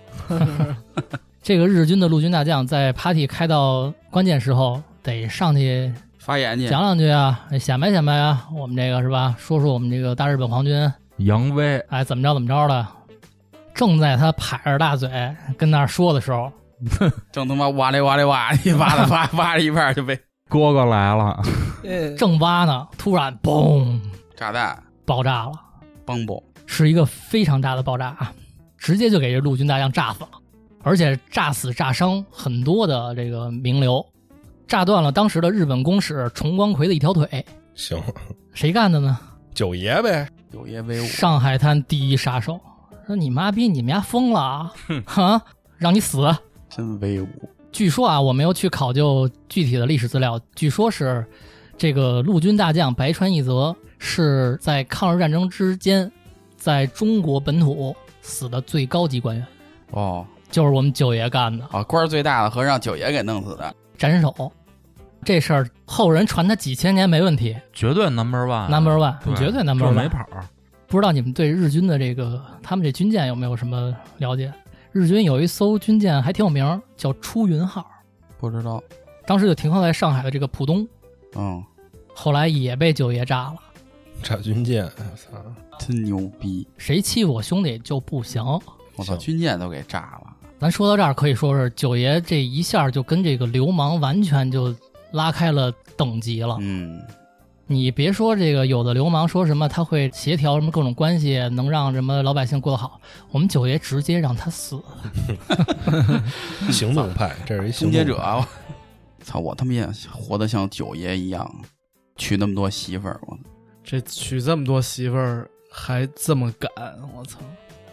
这个日军的陆军大将在 party 开到关键时候，得上去
发言去，
讲两句啊，显摆显摆啊，我们这个是吧？说说我们这个大日本皇军，
扬威
哎，怎么着怎么着的。正在他拍着大嘴跟那儿说的时候，
正他妈哇嘞哇嘞哇，一挖的挖挖着一半就 被
哥哥来了，呃
正挖呢，突然嘣
炸弹
爆炸了，
崩不
是一个非常大的爆炸啊，直接就给这陆军大将炸死了，而且炸死炸伤很多的这个名流，炸断了当时的日本公使重光葵的一条腿，
行，
谁干的呢？
九爷呗，
九爷威武，
上海滩第一杀手，说你妈逼，你们家疯了啊！哈，让你死！啊
真威武，
据说啊，我没有去考究具体的历史资料，据说是这个陆军大将白川义则是在抗日战争之间，在中国本土死的最高级官员，
哦，
就是我们九爷干的，
啊，官儿最大的和让九爷给弄死的，
斩首。这事儿后人传他几千年没问题
绝对 number one
，number one，
啊对
绝对 number
就是
one，
没跑。
不知道你们对日军的这个他们这军舰有没有什么了解？日军有一艘军舰还挺有名儿，叫出云号，
不知道，
当时就停靠在上海的这个浦东，
嗯，
后来也被九爷炸了。
炸军舰，操，
真牛逼，
谁欺负我兄弟就不行。
我操，
行
军舰都给炸了，
咱说到这儿，可以说是九爷这一下就跟这个流氓完全就拉开了等级
啊
了。
嗯，
你别说这个，有的流氓说什么他会协调什么各种关系，能让什么老百姓过得好。我们九爷直接让他死，
行动派，这是一
终
行
结
动
者
派，
啊，操，我他妈也活得像九爷一样，娶那么多媳妇儿，我
这娶这么多媳妇儿还这么敢，我操！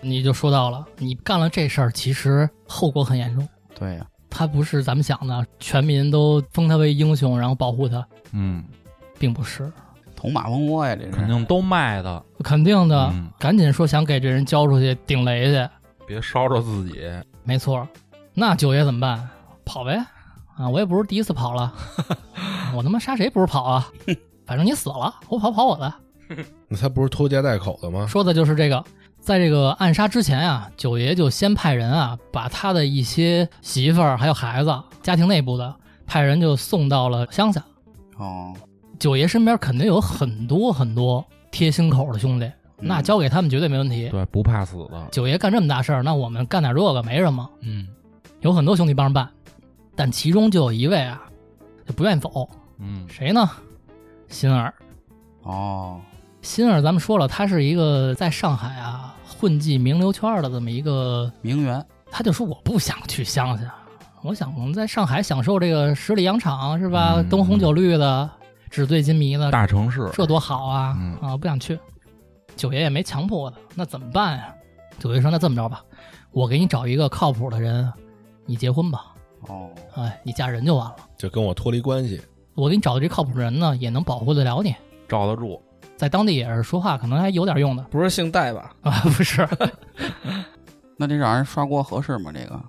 你就说到了，你干了这事儿，其实后果很严重。
对呀、
他不是咱们想的，全民都封他为英雄，然后保护他，
嗯，
并不是，
捅马蜂窝呀，这是
肯定都卖的，
肯定的。
嗯
赶紧说想给这人交出去顶雷去，
别烧着自己。
没错。那九爷怎么办？跑呗！啊，我也不是第一次跑了，我他妈杀谁不是跑啊？反正你死了，我跑跑我的。
那他不是拖家带口的吗？
说的就是这个。在这个暗杀之前啊，九爷就先派人啊，把他的一些媳妇儿还有孩子，家庭内部的派人就送到了乡下。
哦，
九爷身边肯定有很多很多贴心口的兄弟，那
嗯
交给他们绝对没问题。
对，嗯不怕死的。
九爷干这么大事儿，那我们干点这个没什么。
嗯
有很多兄弟帮着办，但其中就有一位啊，就不愿意走，
嗯，
谁呢？心儿。
哦，
心儿，咱们说了，他是一个在上海啊混迹名流圈儿的这么一个，
名媛，
他就说我不想去乡下，我想我们在上海享受这个十里洋场是吧？
嗯
灯红酒绿的，纸醉金迷的，
大城市
这多好啊！
嗯
啊，不想去。九爷也没强迫他，那怎么办呀？九爷说：“那这么着吧，我给你找一个靠谱的人，你结婚吧，
哦，
哎，你嫁人就完了。”
就跟我脱离关系，
我给你找的这靠谱人呢，也能保护得了你，
罩得住。
在当地也是说话可能还有点用的
不是姓戴吧？
啊，不是
那这让人刷锅合适吗？这个，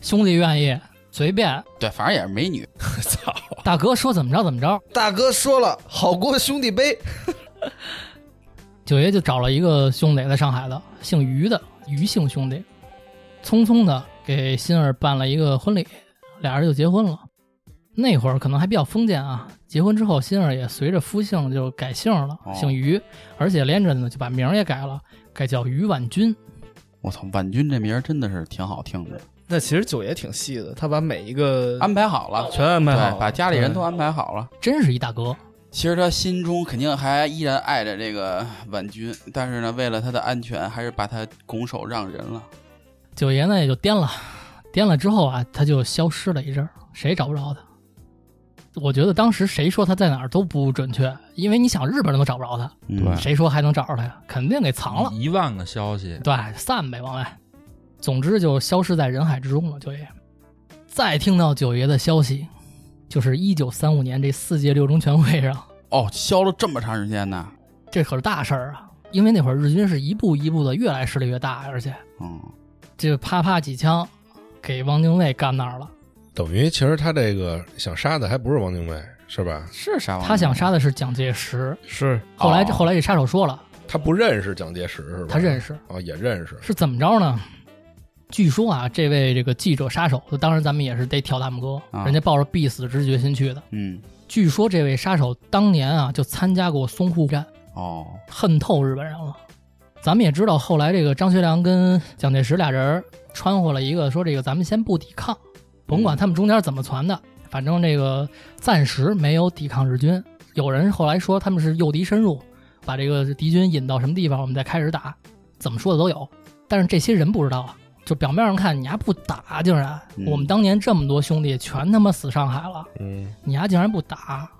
兄弟愿意随便，
对，反正也是美女，
操！
大哥说怎么着怎么着，
大哥说了，好锅兄弟杯。
九爷就找了一个兄弟，在上海的，姓于的于姓兄弟，匆匆的给心儿办了一个婚礼，俩人就结婚了。那会儿可能还比较封建啊，结婚之后，心儿也随着夫姓就改姓了，
哦
姓于，而且连着呢就把名儿也改了，改叫于婉君。
我操，婉君这名儿真的是挺好听的，
那其实九爷挺细的，他把每一个
安排好了，
全安排好了，
对，把家里人都
啊对
安排好了。
真是一大哥，
其实他心中肯定还依然爱着这个婉君，但是呢，为了他的安全，还是把他拱手让人了。
九爷呢也就颠了，颠了之后啊，他就消失了一阵儿，谁也找不着他。我觉得当时谁说他在哪儿都不准确，因为你想日本人都找不着他，
嗯
对
谁说还能找着他呀？肯定给藏了。
一万个消息，
对，散呗，往外。总之就消失在人海之中了。九爷，再听到九爷的消息，就是一九三五年这四届六中全会上，
哦，消了这么长时间呢。
这可是大事儿啊！因为那会儿日军是一步一步的越来势力越大，而且
嗯，
这啪啪几枪给汪精卫干那儿了。
等于其实他这个想杀的还不是汪精卫，是吧？
是啥玩意儿？
他想杀的是蒋介石，
是
后来这
哦
后来这杀手说了，
他不认识蒋介石是吧？哦
他认识
啊、也认识，
是怎么着呢？据说啊，这位这个记者杀手，当然咱们也是得挑他们哥，
啊
人家抱着必死之决心去的。
嗯，
据说这位杀手当年啊就参加过淞沪战，
哦，
恨透日本人了。咱们也知道，后来这个张学良跟蒋介石俩人掺和了一个，说这个咱们先不抵抗，甭管他们中间怎么传的，反正这个暂时没有抵抗日军。有人后来说他们是诱敌深入，把这个敌军引到什么地方，我们再开始打，怎么说的都有。但是这些人不知道啊，就表面上看你还不打，竟然、
嗯
我们当年这么多兄弟全他妈死上海了，
嗯，
你丫竟然不打，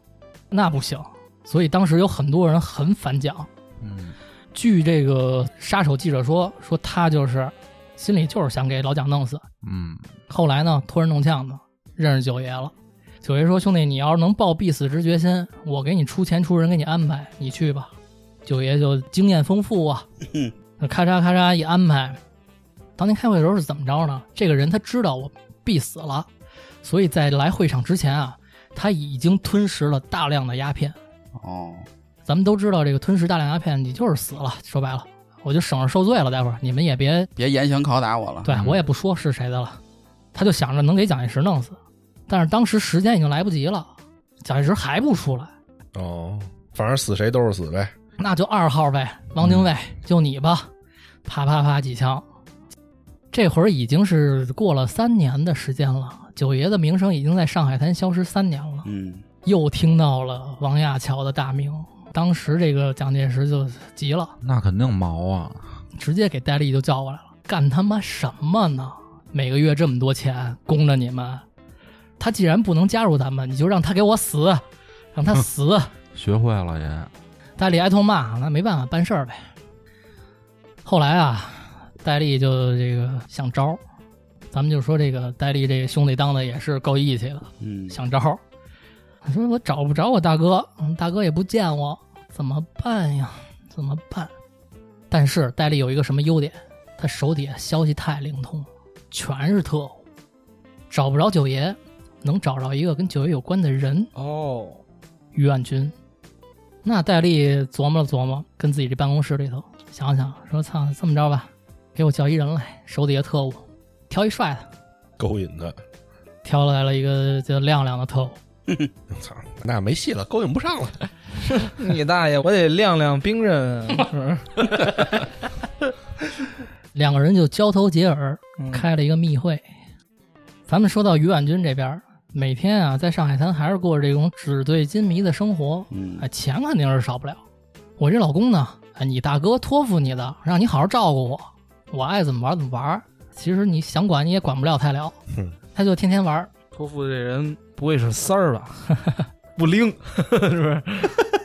那不行。所以当时有很多人很反蒋。
嗯，
据这个杀手记者说，说他就是心里就是想给老蒋弄死，
嗯，
后来呢托人弄呛的，认识九爷了。九爷说：“兄弟，你要是能抱必死之决心，我给你出钱出人给你安排，你去吧。”九爷就经验丰富啊，那咔嚓咔嚓一安排。当年开会的时候是怎么着呢？这个人他知道我必死了，所以在来会场之前啊，他已经吞食了大量的鸦片。
哦，
咱们都知道，这个吞食大量鸦片，你就是死了。说白了，我就省着受罪了。待会儿你们也别
别严刑拷打我了。
对
嗯
我也不说是谁的了。他就想着能给蒋介石弄死，但是当时时间已经来不及了，蒋介石还不出来，
哦，反正死谁都是死呗。
那就二号呗，汪精卫，就你吧，啪啪啪几枪。这会儿已经是过了三年的时间了，九爷的名声已经在上海滩消失三年了。
嗯，
又听到了王亚樵的大名，当时这个蒋介石就急了。
那肯定毛啊，
直接给戴笠就叫过来了，干他妈什么呢？每个月这么多钱供着你们，他既然不能加入咱们，你就让他给我死，让他死。
学会了 也，
戴笠挨痛骂，那没办法办事儿呗。后来啊，戴笠就这个想招儿，咱们就说这个戴笠这个兄弟当的也是够义气的，
嗯，
想招儿。我说我找不着我大哥，嗯大哥也不见我，怎么办呀？怎么办？但是戴笠有一个什么优点？他手底下消息太灵通，全是特务。找不着九爷，能找着一个跟九爷有关的人，
哦，
于万军。那戴笠琢磨了琢磨，跟自己这办公室里头想想，说：“操，这么着吧，给我叫一人来，手底下特务，挑一帅的，
勾引他，
挑来了一个叫亮亮的特务。”
操，那没戏了，勾引不上了。
你大爷，我得亮亮兵刃，啊是
两个人就交头接耳，
嗯
开了一个密会。咱们说到于婉君这边儿，每天啊在上海滩还是过着这种纸醉金迷的生活，
嗯
哎，，钱肯定是少不了。我这老公呢，哎，你大哥托付你的，让你好好照顾我，我爱怎么玩怎么玩。其实你想管你也管不了太了
哼，
他就天天玩儿。
托付这人不会是三儿吧？ 不 灵，是不是？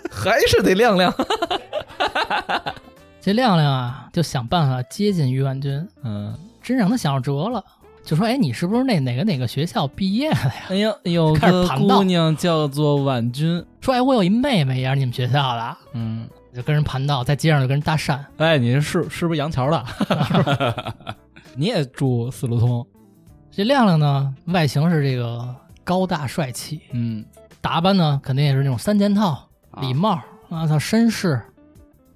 还是得亮亮。
这亮亮啊，就想办法接近于婉君，
嗯，
真让他想着辙了，就说：“哎，你是不是那哪个哪个学校毕业的呀
哎呀，有
开始
个
盘道
姑娘叫做婉君。？”
说：“哎，我有一妹妹也是你们学校的。”
嗯，
就跟人盘道，在街上就跟人搭讪。
哎，你是是不是杨桥的？ 你也住四路通？
这亮亮呢，外形是这个高大帅气，
嗯，
打扮呢肯定也是那种三件套、礼貌，啊操绅士。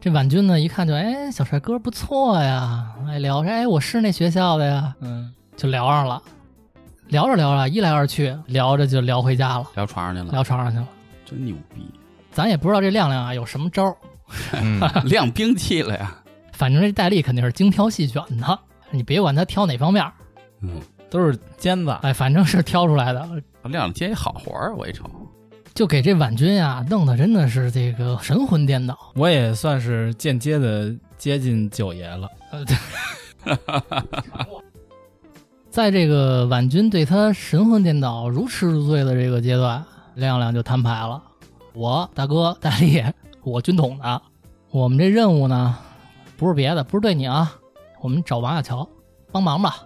这婉君呢一看就哎小帅哥不错呀，哎聊着哎我是那学校的呀，
嗯，
就聊上了。聊着聊着，一来二去，聊着就聊回家了，
聊床上去了，
聊床上去了。
真牛逼，
咱也不知道这亮亮啊有什么招儿，
嗯，
亮兵器了呀。
反正这戴笠肯定是精挑细选的，你别管他挑哪方面儿，
嗯，
都是尖子。啊
哎，反正是挑出来的。
亮亮接一好活儿，我一瞅，
就给这婉君啊弄得真的是这个神魂颠倒。
我也算是间接的接近九爷了。
呃，对在这个婉君对他神魂颠倒、如痴如醉的这个阶段，亮亮就摊牌了：“我大哥大力，我军统的，啊我们这任务呢，不是别的，不是对你啊，我们找王亚樵帮忙吧。”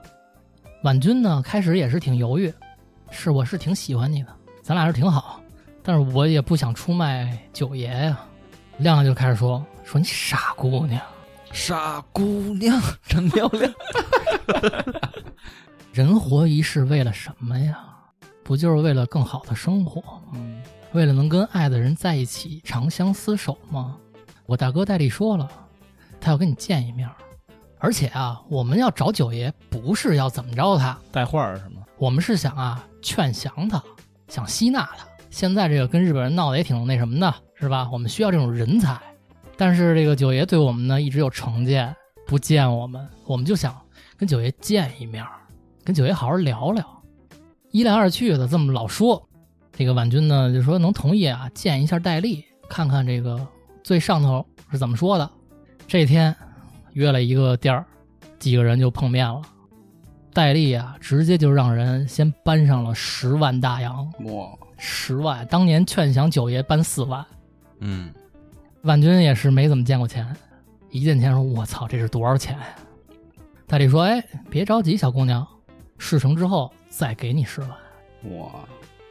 婉君呢，开始也是挺犹豫，是我是挺喜欢你的，咱俩是挺好，但是我也不想出卖九爷呀、亮亮就开始说：“说你傻姑娘，
傻姑娘，真漂亮。
人活一世为了什么呀？不就是为了更好的生活吗？
嗯
为了能跟爱的人在一起长相厮守吗？我大哥戴笠说了，他要跟你见一面儿，而且啊，我们要找九爷不是要怎么着他，
带话儿是吗？
我们是想啊劝降他，想吸纳他。现在这个跟日本人闹得也挺那什么的，是吧？我们需要这种人才，但是这个九爷对我们呢一直有成见，不见我们，我们就想跟九爷见一面，跟九爷好好聊聊。一来二去的这么老说，这个婉君呢就说能同意啊，见一下戴笠，看看这个最上头是怎么说的。这天约了一个地儿，几个人就碰面了。戴笠啊，直接就让人先搬上了十万大洋，
哇，
十万。当年劝降九爷搬四万，
嗯，
万军也是没怎么见过钱，一见钱说：“我操，这是多少钱呀、戴笠说：“哎，别着急，小姑娘，事成之后再给你十万。”
哇，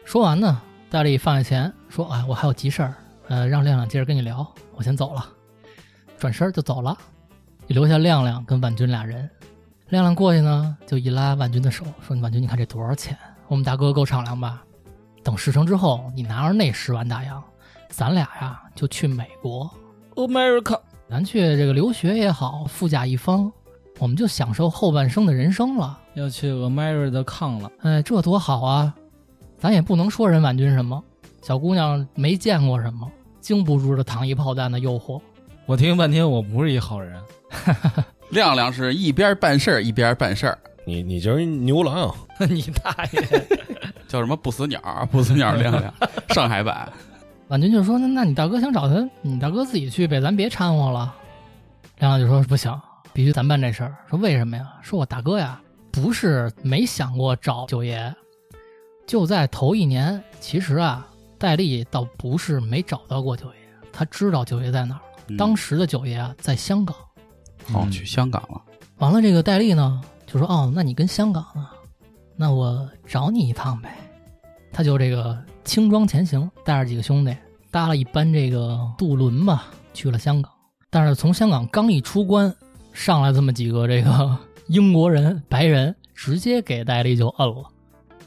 说完呢，戴笠放下钱，说：“哎，我还有急事儿，呃，让亮亮接着跟你聊，我先走了。”转身就走了，留下亮亮跟婉君俩人。亮亮过去呢，就一拉婉君的手，说：“婉君，你看这多少钱？我们大哥够敞亮吧？等事成之后，你拿着那十万大洋，咱俩呀就去美国，
America，
咱去这个留学也好，富甲一方，我们就享受后半生的人生了。”
要去 America 抗了，
哎，这多好啊！咱也不能说人婉君什么，小姑娘没见过什么，经不住这糖衣炮弹的诱惑。
我听半天我不是一好人，
亮亮是一边办事儿一边办事儿，
你你就是一牛郎，
你大爷！
叫什么不死鸟儿，不死鸟儿亮 亮，上海版，
婉君就说：“那那你大哥想找他，你大哥自己去呗，咱别掺和了。”亮亮就说：“不行，必须咱办这事儿。”说：“为什么呀？”说：“我大哥呀，不是没想过找九爷，就在头一年，其实啊，戴笠倒不是没找到过九爷，他知道九爷在哪儿。当时的九爷啊，在香港。”
嗯哦去香港了，
完了，这个戴笠呢就说：“哦，那你跟香港呢？那我找你一趟呗。”他就这个轻装前行，带着几个兄弟搭了一班这个渡轮吧，去了香港。但是从香港刚一出关，上来这么几个这个 英国人、白人，直接给戴笠就摁了，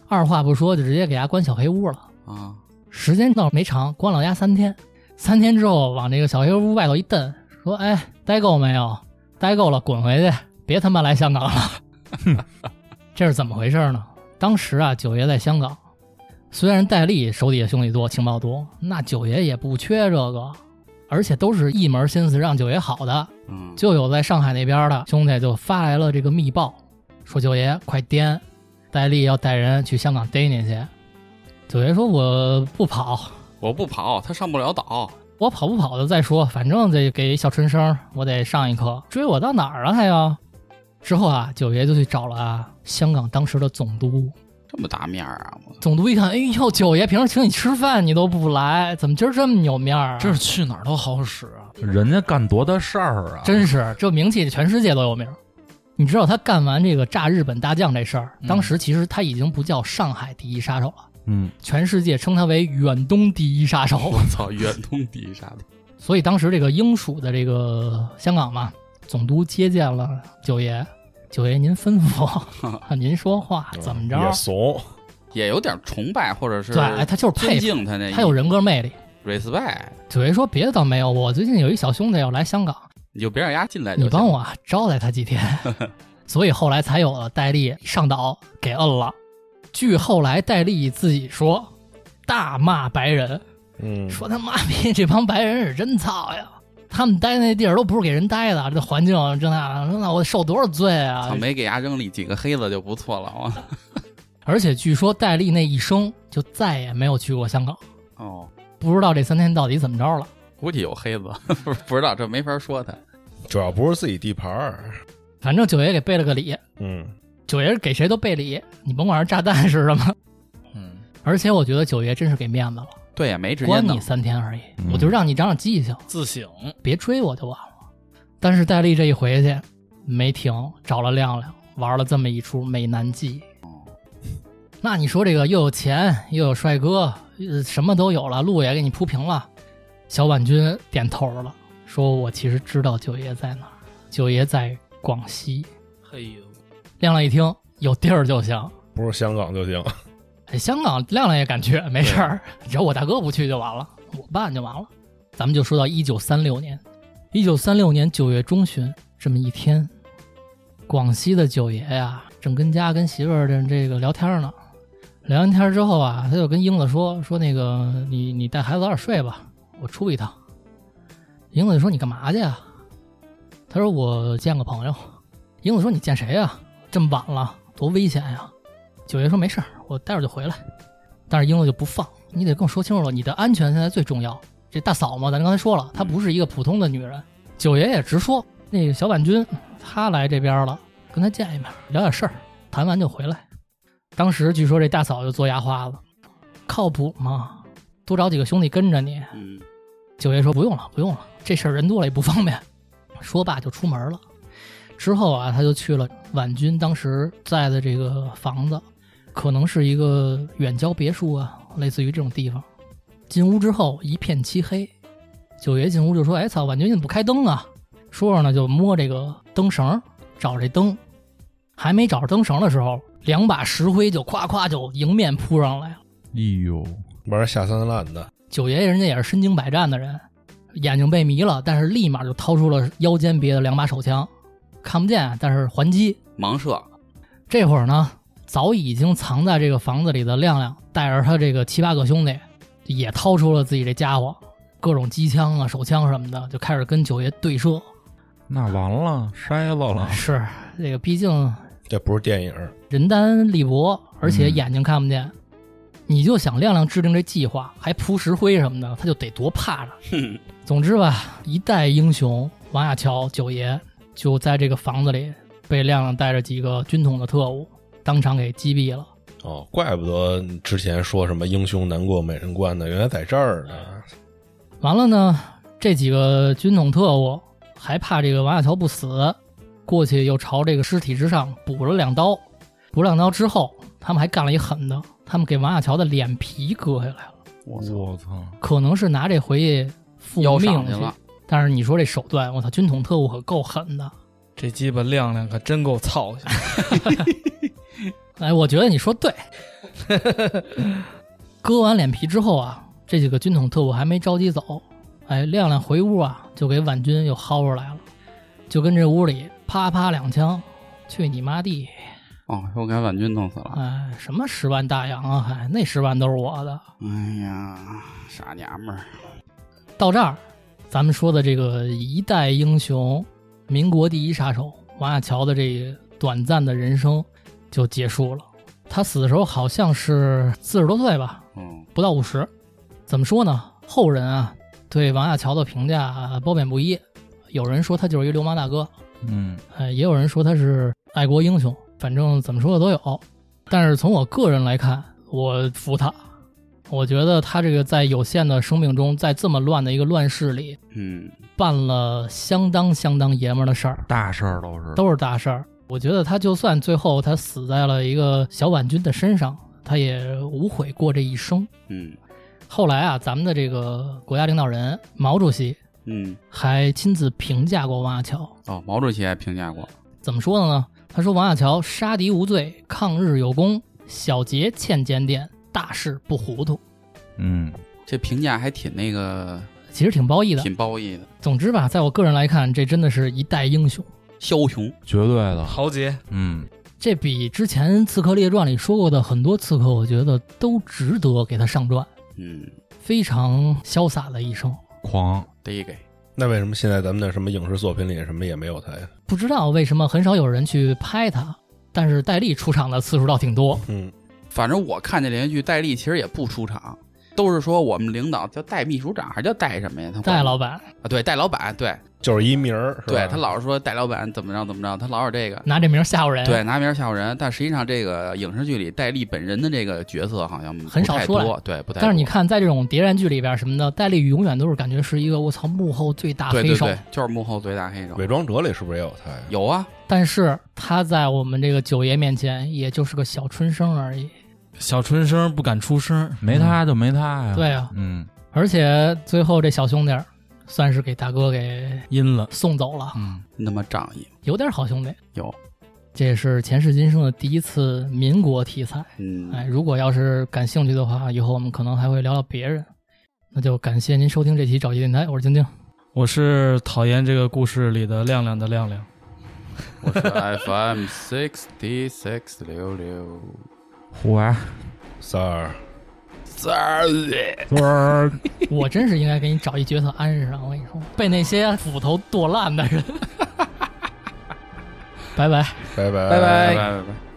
二话不说就直接给他关小黑屋了。
啊，
时间倒是没长，关老家三天。三天之后，往这个小黑屋外头一蹬，说：“哎，待够没有？待够了，滚回去，别他妈来香港了。”这是怎么回事呢？当时啊，九爷在香港，虽然戴笠手底下兄弟多，情报多，那九爷也不缺这个，而且都是一门心思让九爷好的。
嗯，
就有在上海那边的兄弟就发来了这个密报，说九爷快颠，戴笠要带人去香港逮你去。九爷说：“我不跑，
我不跑，他上不了岛，
我跑不跑的再说，反正得给小春生，我得上一课。追我到哪儿了？他要。之后啊，九爷就去找了啊香港当时的总督。
这么大面儿啊，我
总督一看，哎呦，九爷平时请你吃饭你都不来，怎么今儿这么有面儿、啊？
这是去哪儿都好使啊！
人家干多大事儿啊！
真是这名气，全世界都有名儿。你知道他干完这个炸日本大将这事儿，当时其实他已经不叫上海第一杀手了，
嗯，
全世界称他为远东第一杀手。
我操，远东第一杀的，
所以当时这个英属的这个香港嘛，总督接见了九爷，九爷您吩咐，您说话怎么着
也？怂，
也有点崇拜或者是
对，哎他就是
尊
佩服，
敬他那，
他有人格魅力。
respect，
九爷说：“别的倒没有，我最近有一小兄弟要来香港，
你就别让丫进来就
你
行，
帮我啊招待他几天。”所以后来才有了戴笠上岛给摁了。据后来戴笠自己说，大骂白人，
嗯，
说他妈逼这帮白人是真操呀！他们待那地儿都不是给人待的，这环境这那的，那我受多少罪啊
操，！没给丫扔里几个黑子就不错了啊，
而且据说戴笠那一生就再也没有去过香港，
哦，
不知道这三天到底怎么着了。
估计有黑子， 不不知道这没法说他，
主要不是自己地盘儿，
反正九爷给背了个礼，
嗯，
九爷给谁都背礼，你甭管是炸弹是什么。
嗯，
而且我觉得九爷真是给面子了，
对呀，没直接
关
弄
你，三天而已，
嗯
我就让你长长记性，
自省，
别追我就完了。但是戴笠这一回去没停，找了亮亮玩了这么一出美男计。 那你说这个又有钱又有帅哥，呃什么都有了，路也给你铺平了。小婉君点头了，说我其实知道九爷在哪儿，九爷在广西。
嘿呦，
亮亮一听有地儿就行，
不是香港就行，
哎，香港亮亮也敢去，没事儿，只要我大哥不去就完了，我办就完了。咱们就说到一九三六年，一九三六年九月中旬这么一天，广西的九爷呀，正跟家跟媳妇儿这这个聊天呢，聊完天之后啊，他就跟英子说说那个你你带孩子早点睡吧，我出一趟。英子就说你干嘛去啊？他说我见个朋友。英子说你见谁啊？这么晚了，多危险呀、九爷说没事儿，我待会儿就回来。但是英子就不放，你得跟我说清楚了，你的安全现在最重要。这大嫂嘛，咱刚才说了，她不是一个普通的女人。九爷也直说，那个小婉君她来这边了，跟她见一面，聊点事儿，谈完就回来。当时据说这大嫂就做牙花了，靠谱吗？多找几个兄弟跟着你。
嗯，
九爷说不用了，不用了，这事儿人多了也不方便。说罢就出门了。之后啊，他就去了婉君当时在的这个房子，可能是一个远郊别墅啊，类似于这种地方。进屋之后一片漆黑，九爷进屋就说：“哎操，婉君你怎么不开灯啊？”说着呢就摸这个灯绳，找这灯。还没找着灯绳的时候，两把石灰就夸夸就迎面扑上来了。
哎呦，
玩下三滥的，
九爷人家也是身经百战的人，眼睛被迷了，但是立马就掏出了腰间别的两把手枪，看不见，但是还击。
盲射，
这会儿呢，早已经藏在这个房子里的亮亮，带着他这个七八个兄弟，也掏出了自己这家伙，各种机枪啊、手枪什么的，就开始跟九爷对射。
那完了，筛子了。
是这个，毕竟
这不是电影，
人单力薄，而且
嗯
眼睛看不见。你就想亮亮制定这计划，还铺石灰什么的，他就得多怕着。
哼，
总之吧，一代英雄王亚樵九爷就在这个房子里被亮亮带着几个军统的特务当场给击毙了。
哦，怪不得你之前说什么英雄难过美人关呢，原来在这儿呢。
啊
完了呢，这几个军统特务还怕这个王亚樵不死，过去又朝这个尸体之上补了两刀。补了两刀之后，他们还干了一狠的，他们给王亚樵的脸皮割下来了，
我操，
我操！
可能是拿这回去复
腰上
命
去了，
但是你说这手段，我操，军统特务可够狠的。
这鸡巴亮亮可真够操心。啊
哎，我觉得你说对。 割完脸皮之后啊，这几个军统特务还没着急走，哎，亮亮回屋啊，就给婉君又薅出来了，就跟这屋里啪啪两枪，去你妈地！
哦，又给婉君弄死了，
哎，什么十万大洋啊，嗨、那十万都是我的。
哎呀，傻娘们儿，
到这儿，咱们说的这个一代英雄、民国第一杀手王亚樵的这个短暂的人生就结束了。他死的时候好像是四十多岁吧，
嗯，
不到五十。怎么说呢？后人啊对王亚樵的评价啊褒贬不一，有人说他就是一流氓大哥，
嗯，
呃，也有人说他是爱国英雄，反正怎么说的都有。但是从我个人来看，我服他。我觉得他这个在有限的生命中，在这么乱的一个乱世里，
嗯，
办了相当相当爷们儿的事儿，
大事儿都是
都是大事儿。我觉得他就算最后他死在了一个小婉君的身上，他也无悔过这一生。
嗯，
后来啊，咱们的这个国家领导人毛主席
嗯，
还亲自评价过王亚樵。
哦，毛主席还评价过，
怎么说的呢？他说王亚樵杀敌无罪，抗日有功，小节欠检点，大事不糊涂，
嗯，
这评价还挺那个，
其实挺褒义的。
挺褒义的，
总之吧，在我个人来看，这真的是一代英雄。
枭雄，
绝对的。
豪杰，
嗯，
这比之前《刺客列传》里说过的很多刺客，我觉得都值得给他上传，
嗯，
非常潇洒的一生。
狂。
得给，
那为什么现在咱们的什么影视作品里什么也没有他呀？
不知道为什么很少有人去拍他，但是戴笠出场的次数倒挺多。
嗯，
反正我看这连续剧，戴笠其实也不出场，都是说我们领导叫戴秘书长，还叫戴什么呀？他管
戴老板
啊，对，戴老板，对，
就是一名儿，是吧
对他老是说戴老板怎么着怎么着，他老有这个，
拿这名吓唬人，
对，拿名吓唬人。但实际上，这个影视剧里戴笠本人的这个角色好像不
很少
太
出来
多，对，不太多。
但是你看，在这种谍战剧里边什么的，戴笠永远都是感觉是一个我操幕后最大
对
黑
对
手。
对，就是幕后最大黑手
伪。装者里是不是也有他呀？
有啊，
但是他在我们这个九爷面前，也就是个小春生而已。
小春生不敢出声，
没他就没他呀。，
对啊，
嗯，
而且最后这小兄弟儿算是给大哥给
阴了。
送走了，
嗯，
那么仗义，
有点好兄弟。
有，
这也是前世今生的第一次民国题材。
嗯，
哎，如果要是感兴趣的话，以后我们可能还会聊聊别人。那就感谢您收听这期找一电台，我是晶晶。
我是讨厌这个故事里的亮亮的亮亮。
我是 FM sixty six 六六
虎啊，
三儿，
三
我真是应该给你找一角色安上。我跟你说，被那些斧头剁烂的人，拜拜。
拜
拜拜
拜
拜拜。